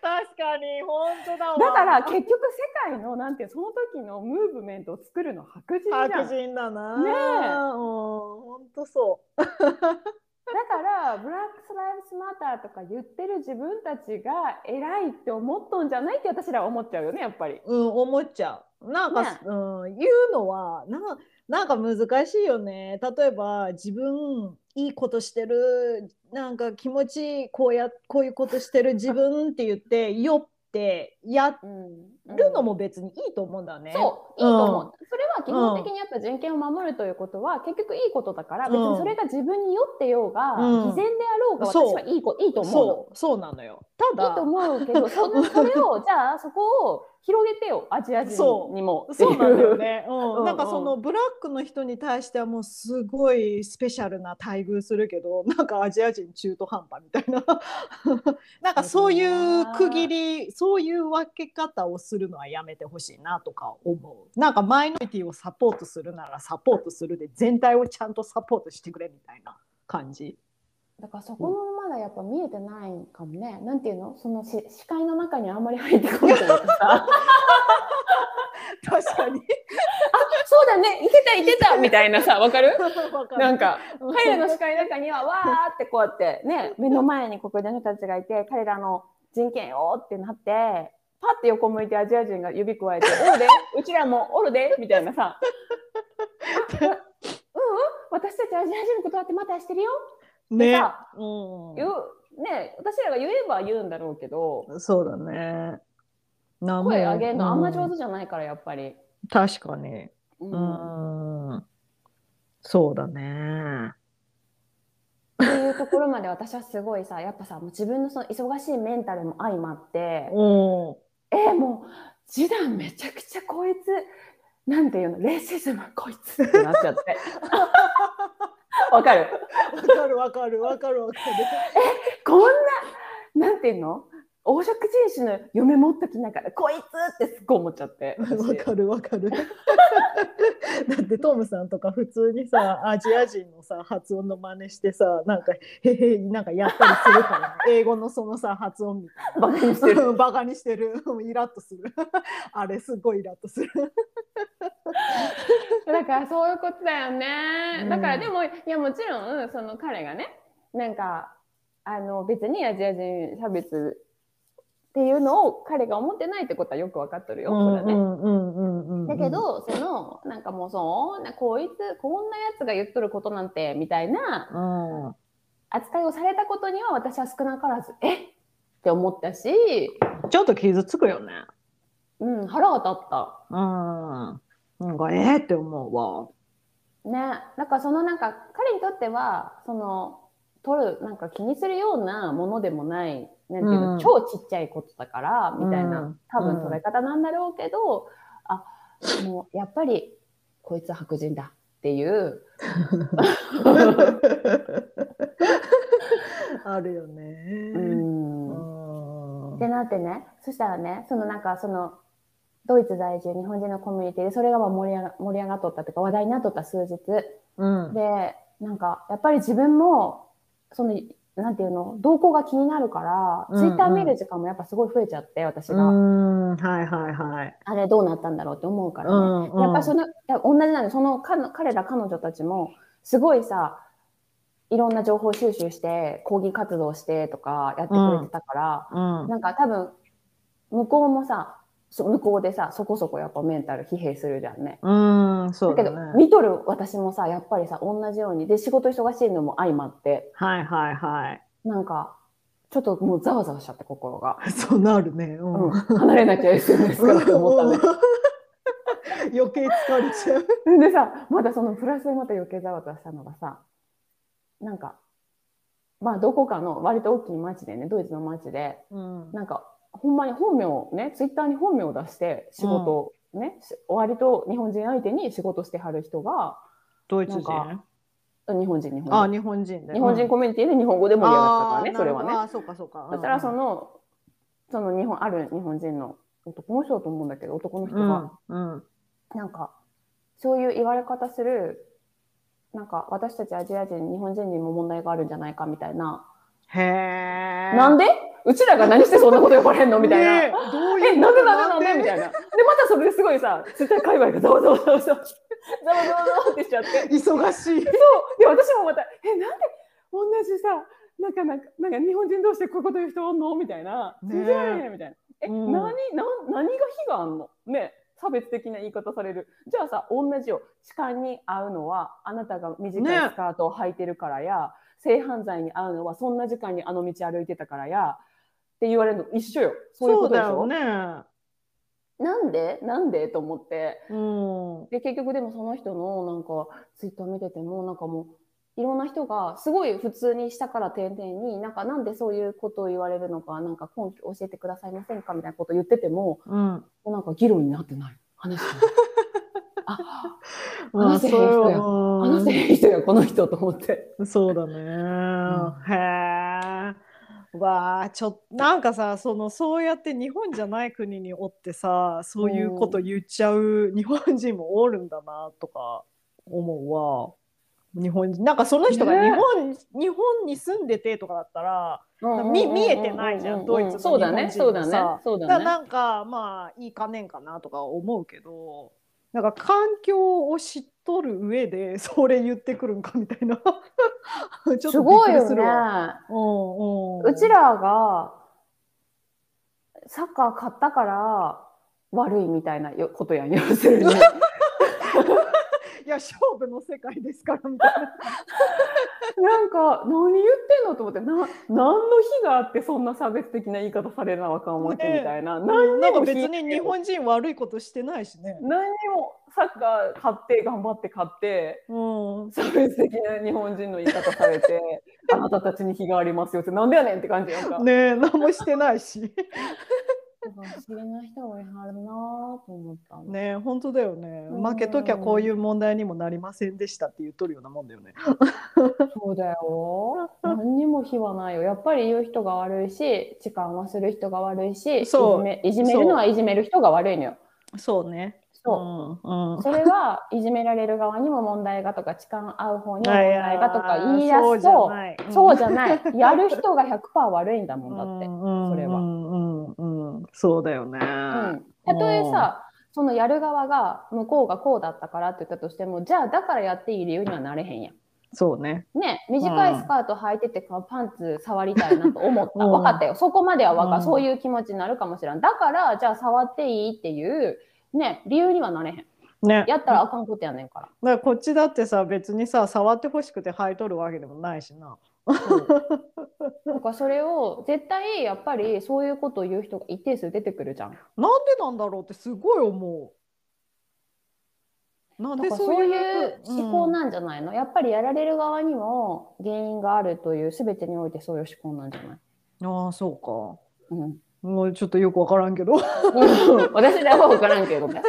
B: 確かに本当だわ
A: だから結局世界のなんていうその時のムーブメントを作るの白人じゃん
B: 白人だな
A: ねえ
B: うん本当そう
A: だからブラック・ライブスマターとか言ってる自分たちが偉いって思っとんじゃないって私らは思っちゃうよねやっぱり。
B: うん、思っちゃう。なんか、
A: ね
B: うん、言うのはな、なんか難しいよね。例えば、自分、いいことしてる、なんか気持ちいい、こうや、こういうことしてる自分って言って、酔ってや
A: うん
B: るのも別にいいと思うんだよね。
A: そういいと思う、それは基本的にやっぱ人権を守るということは結局いいことだから、
B: うん
A: 別にそれが自分に酔ってようが、
B: うん
A: 偽善であろうが
B: そう
A: 私はいいこいいと思うの
B: そう、そうなのよ。た
A: いい
B: だ
A: と、思うけどそ のそれをじゃあそこを広げてよアジア
B: そ
A: 人
B: う
A: にもってい
B: そうなんだよね。
A: うんう
B: うんん、なんかそのブラックの人に対してはもうすごいスペシャルな待遇するけど、なんかアジア人中途半端みたい な。なんかそういう区切り、そういう分け方をするのはやめてほしいなとか思う。なんかマイノリティをサポートするならサポートするで全体をちゃんとサポートしてくれみたいな感じ。
A: だからそこもまだやっぱ見えてないんかもね。なんていうのそのし視界の中にあんまり入ってこないという かさ
B: 確か に。
A: そうだね、いけたいけたみたいなさ、わかる
B: わかる
A: なんか、彼らの視界の中にはわーってこうや ってね、目の前に黒人の人たちがいて、彼らの人権よってなって、パッて横向いてアジア人が指く わえて、おるで、うちらもおるで、みたいなさ。あううん、私たちアジア人のことだってまたしてるよ
B: ね
A: さ。
B: うん
A: 言う、ね、私らが言えば言うんだろうけど、
B: そうだね。名
A: 声上げるのあんま上
B: 手。
A: 手じゃないから、やっぱり。
B: 確かに。
A: う
B: うんん。そうだね。
A: っていうところまで私はすごいさやっぱさもう自分のその忙しいメンタルも相まって
B: うん。
A: えーもう次男めちゃくちゃこいつなんていうのレイシズムこいつってなっちゃって わかる
B: わかるわかるわかるわか
A: こんななんていうの黄色人種の嫁持っときながらこいつってすっごい思っちゃって
B: る。わか
A: 私
B: るわか る。だってトムさんとか普通にさアジア人のさ発音の真似してさなんか「へへ」なんかやったりするから、 ね、英語のそのさ発音みたい
A: バカにしてる
B: なうんバカにしてるうんイラッとするあれすごいイラッとする
A: だからそういうことだよね。
B: うん
A: だからでも、いやもちろん、その彼がね、なんか、あの別にアジア人差別っていうのを彼が思ってないってことはよくわかっとるよ。それはね。
B: んうんうんうんうん
A: だけど、その、なんかもうそんな、こいつ、こんなやつが言っとることなんて、みたいな
B: うん
A: 扱いをされたことには私は少なからず、えっって思ったし、
B: ちょっと傷つくよね。
A: うん、腹が立った。
B: うん。なんか、えー、って思うわ。
A: ね、だからそのなんか彼にとってはその取るなんか気にするようなものでもないなんていうの、
B: うん
A: 超ちっちゃいことだからみたいな、
B: うん
A: 多分捉え方なんだろうけど、あもうやっぱりこいつは白人だっていう
B: あるよね。
A: う
B: うん
A: んってなってねそしたらねそのなんかそのドイツ在住日本人のコミュニティでそれがまあ盛り上が盛り上がっとったというか話題になっとった数日。
B: うん。
A: で、なんか、やっぱり自分も、その、なんていうの、動向が気になるから、
B: うん
A: ツイッター見る時間もやっぱすごい増えちゃって、私
B: う
A: が。
B: ん。はいはいはい。
A: あれどうなったんだろうって思うから
B: う
A: ね。
B: んうん。
A: やっぱその、だ同じなんで、その彼の彼ら彼女たちも、すごいさ、いろんな情報収集して、抗議活動してとかやってくれてたから、
B: うん。
A: なんか多分、向こうもさ、そ向こうでさ、そこそこやっぱメンタル疲弊するじゃんね。
B: うん、そう
A: だ
B: だ
A: け
B: ね
A: ど。、見とる私もさ、やっぱりさ、同じように。で、仕事忙しいのも相まって、
B: はいはいは
A: なんか、ちょっともうざわざわしちゃって、心が。
B: い。そうなるね。う
A: うん
B: ん。
A: 離れなきゃ SNS からと 思ったね。
B: 余計疲れちゃう。
A: でさ、まだそのプラスでまた余計ざわざわしたのがさ、なんか、まあどこかの割と大きい街でね、ドイツの街で、
B: うん。
A: なんか、ほんまに本名をね、ツイッターに本名を出して仕事をね、し割と日本人相手に仕事してはる人が、
B: ドイツ
A: なん
B: 人
A: 日本人、日本人。
B: あ、日本人で。
A: 日本人コミュニティで日本語で盛り上がってたからね、それはね。
B: あーなるほどあー、そうかそうか。
A: そしたらその、その日本、ある日本人の男の人だと思うんだけど、男の人が、
B: うん。うん。
A: なんか、そういう言われ方する、なんか私たちアジア人、日本人にも問題があるんじゃないかみたいな。
B: へえ。
A: なんでうちらが何してそんなこと呼ばれんのみたいな。
B: ねえどういう
A: え、なんでなんでなんでみたい
B: な。
A: な。で、またそれですごいさ、絶対界隈がざわざわざわざわざわざわざわってしちゃって。
B: 忙しい。
A: そう。で、私もまた、え、なんで同じさ、なんかなんか、なんか日本人同士でこういうこと言う人おんのみたいな。
B: ねえ
A: 信じられへんみたいな。え、
B: うん
A: 何、なん、何が非があんのね。差別的な言い方される。じゃあさ、同じよ。痴漢に合うのは、あなたが短いスカートを履いてるからや、性犯罪に合うのは、そんな時間にあの道歩いてたからや、って言われるの一緒よ。そういう
B: そ
A: こ
B: う
A: とで
B: だ
A: しょ
B: よ。ね。
A: なんでなんでと思って。
B: うん。
A: で結局でもその人のなんかツイッター見ててもなんかもういろんな人がすごい普通に下から丁寧になんかなんでそういうことを言われるのかなんか根拠教えてくださいませんかみたいなこと言ってても
B: うん。
A: もうなんか議論になってない話 がないあ話せへん人や話
B: 話
A: せへん人やこの人と思って
B: そうだね。へえ。わあ、ちょっと、なんかさ、その、そうやって日本じゃない国におってさ、そういうこと言っちゃう日本人もおるんだな、とか思うわ。日本人、なんかその人が日本、日本に住んでてとかだったら、み 見えてないじゃんドイツの
A: そうだね
B: 日
A: そう
B: 本人
A: だ
B: の
A: ね
B: さ
A: そうだ
B: だ
A: ね
B: なんかまあいいかねんかなとか思うけどなんか環境を知っとる上で それ言ってくるんかみたいな ちょっと
A: すごい
B: びっくり
A: よね
B: るわうんうん、
A: うちらがサッカー買ったから悪いみたいなよことやん要するに
B: いや勝負の世界ですからみたい な
C: なんか何言ってんのと思ってな何の日があってそんな差別的な言い方されなあかんわけ
B: ねえ
C: みたいな、何に
B: なんか
C: も
B: 別
C: 引いて
B: に日本人悪いことしてないしね。
C: 何にもサッカー買って頑張って買って
B: うん、
C: 差別的な日本人の言い方され てあなたたちに日がありますよってなんでやねんって感じやんか。
B: ねえ何もしてないし
A: 不思議な人がいはるなぁと思ったの。
B: ねえ本当だよね
A: うん
B: 負けときゃこういう問題にもなりませんでしたって言っとるようなもんだよね。
A: そうだよ。何にも非はないよ。やっぱり言う人が悪いし、痴漢はする人が悪いし、いじ
B: そう
A: めいじめるのはいじめる人が悪いのよ。
B: そうね。
A: そう。
B: うんうん
A: それはいじめられる側にも問題がとか、痴漢合う方にも問
B: いや
A: 題がとか言い出
B: そう
A: す
B: じゃ
A: と、
B: ない
A: そうじゃない。やる人が100%悪いんだもんだって。
B: そ
A: それは
B: うんうんうん、そうだよね。
A: うん、たとえさ、そのやる側が向こうがこうだったからって言ったとしても、じゃあだからやっていい理由にはなれへんやん。
B: そうね。
A: ね、短いスカート履いてて、このパンツ触りたいなと思った。
B: うん
A: 分かったよ。そこまでは分か
B: うん
A: る。そういう気持ちになるかもしれん。だから、じゃあ触っていいっていう、ね、理由にはなれへん。
B: ね。
A: やったらあかんことやねんか
B: だからこっちだってさ別にさ触ってほしくて履いとるわけでもないしな。
A: ら。そうだからそれを、絶対、やっぱり、そういうことを言う人が一定数出てくるじゃん。
B: なんでなんだろうってすごい思う。なん
A: だ
B: で
A: から
B: そ
A: そう
B: う
A: い
B: いう
A: う思考なんじゃないの、やっぱりやられる側にも原因があるという全てにおいてそういう思考なんじゃない、
B: うんああそうか。
A: うん、
B: もうちょっとよくわからんけど。
A: 私では分からんけどね。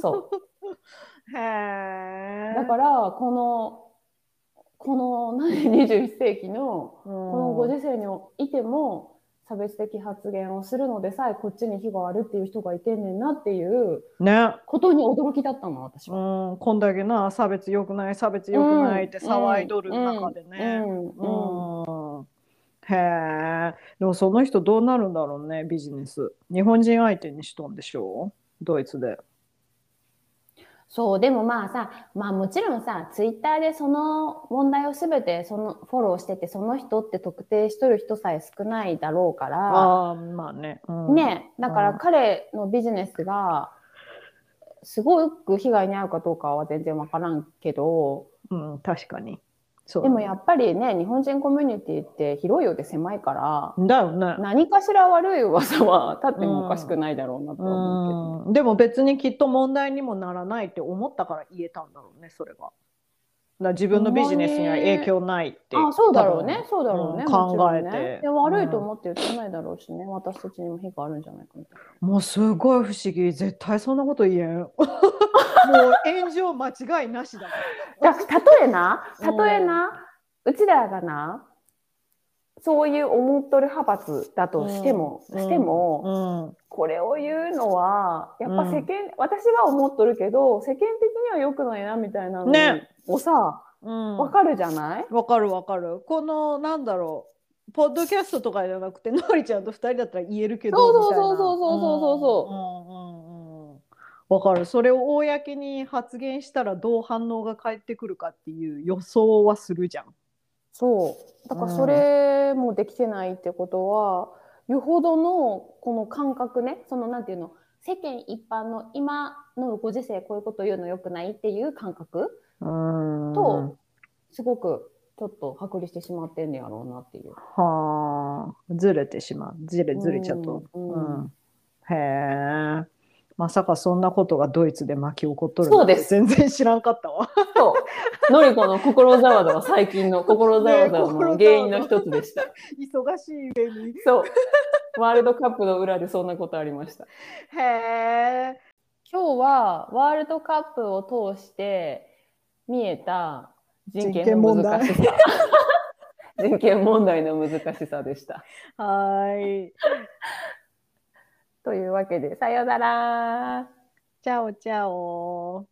A: そう
B: へえ
A: だからこのこの何21世紀の
B: こ
A: このご時世にいても差別的発言をするのでさえこっちに火があるっていう人がいてんねんなっていう
B: ね。
A: ことに驚きだったの私
B: う
A: は。
B: ん、こんだけな差別よくない差別よくないって騒いどる中でね。
A: うんうんうん
B: うんへえでもその人どうなるんだろうねビジネス日本人相手にしとんでしょうドイツで
A: そう、でもまあさ、まあもちろんさ、ツイッターでその問題をすべてそのフォローしてて、その人って特定しとる人さえ少ないだろうから、
B: ああーまあね、うん、
A: ねえ、だか
B: う
A: ら
B: ん
A: 彼のビジネスが、すごく被害に遭うかどうかは全然わからんけど、
B: うん確かにそう
A: でもやっぱりね、日本人コミュニティって広いようで狭いから、
B: だよね
A: 何かしら悪い噂は立ってもおかしくないだろうなとは思うけど。
B: うんでも別にきっと問題にもならないって思ったから言えたんだろうねそれがだから自分のビジネスには影響ないって
A: あそうだろうね、そうだろうね。
B: うん
A: もちろんね
B: 考えて
A: で悪いと思って言ってないだろうしね、私たちにも火があるんじゃないかみたい
B: もうすごい不思議絶対そんなこと言え んもう炎上間違いなしだ
A: な。だ例えな、例えな、うちらがな、そういう思っとる派閥だとしても、
B: うん
A: しても、
B: うん
A: これを言うのは、やっぱ
B: うん
A: 世間、私は思っとるけど、世間的には良くないなみたいなの
B: ね
A: をさ、
B: うん
A: わかるじゃない、
B: わかるわかる。このなんだろう。ポッドキャストとかじゃなくて、 のりちゃんと二人だったら言えるけど。
A: そうそ
B: み
A: う
B: たいな
A: そうそうそうそうそうそ
B: うんうんうんうんわかる。それを公に発言したらどう反応が返ってくるかっていう予想はするじゃん。
A: そう。だからそれもできてないってことは、よほどのこの感覚ね、そのなんていうの、世間一般の今のご時世こういうこと言うの良くないっていう感覚と、すごくちょっと剥離してしまってんねやろうなっていう。
B: はあ、ずれてしまう。ずれずれちゃうと。
A: うん
B: うんへえ。まさかそんなことがドイツで巻き起こっとる
A: そ
B: な
A: うん
B: て
A: です
B: 全然知らんかったわ。
C: そうのりこの心ざわざは最近の心ざわざわの原因の一つでした。
B: 忙しい上に。
C: そうワールドカップの裏でそんなことありました。
B: へえ。
A: 今日はワールドカップを通して見えた
C: 人権の難しさ。人権問題の難しさでした。
B: はーい。
A: というわけで、さようなら
B: チャオチャオ。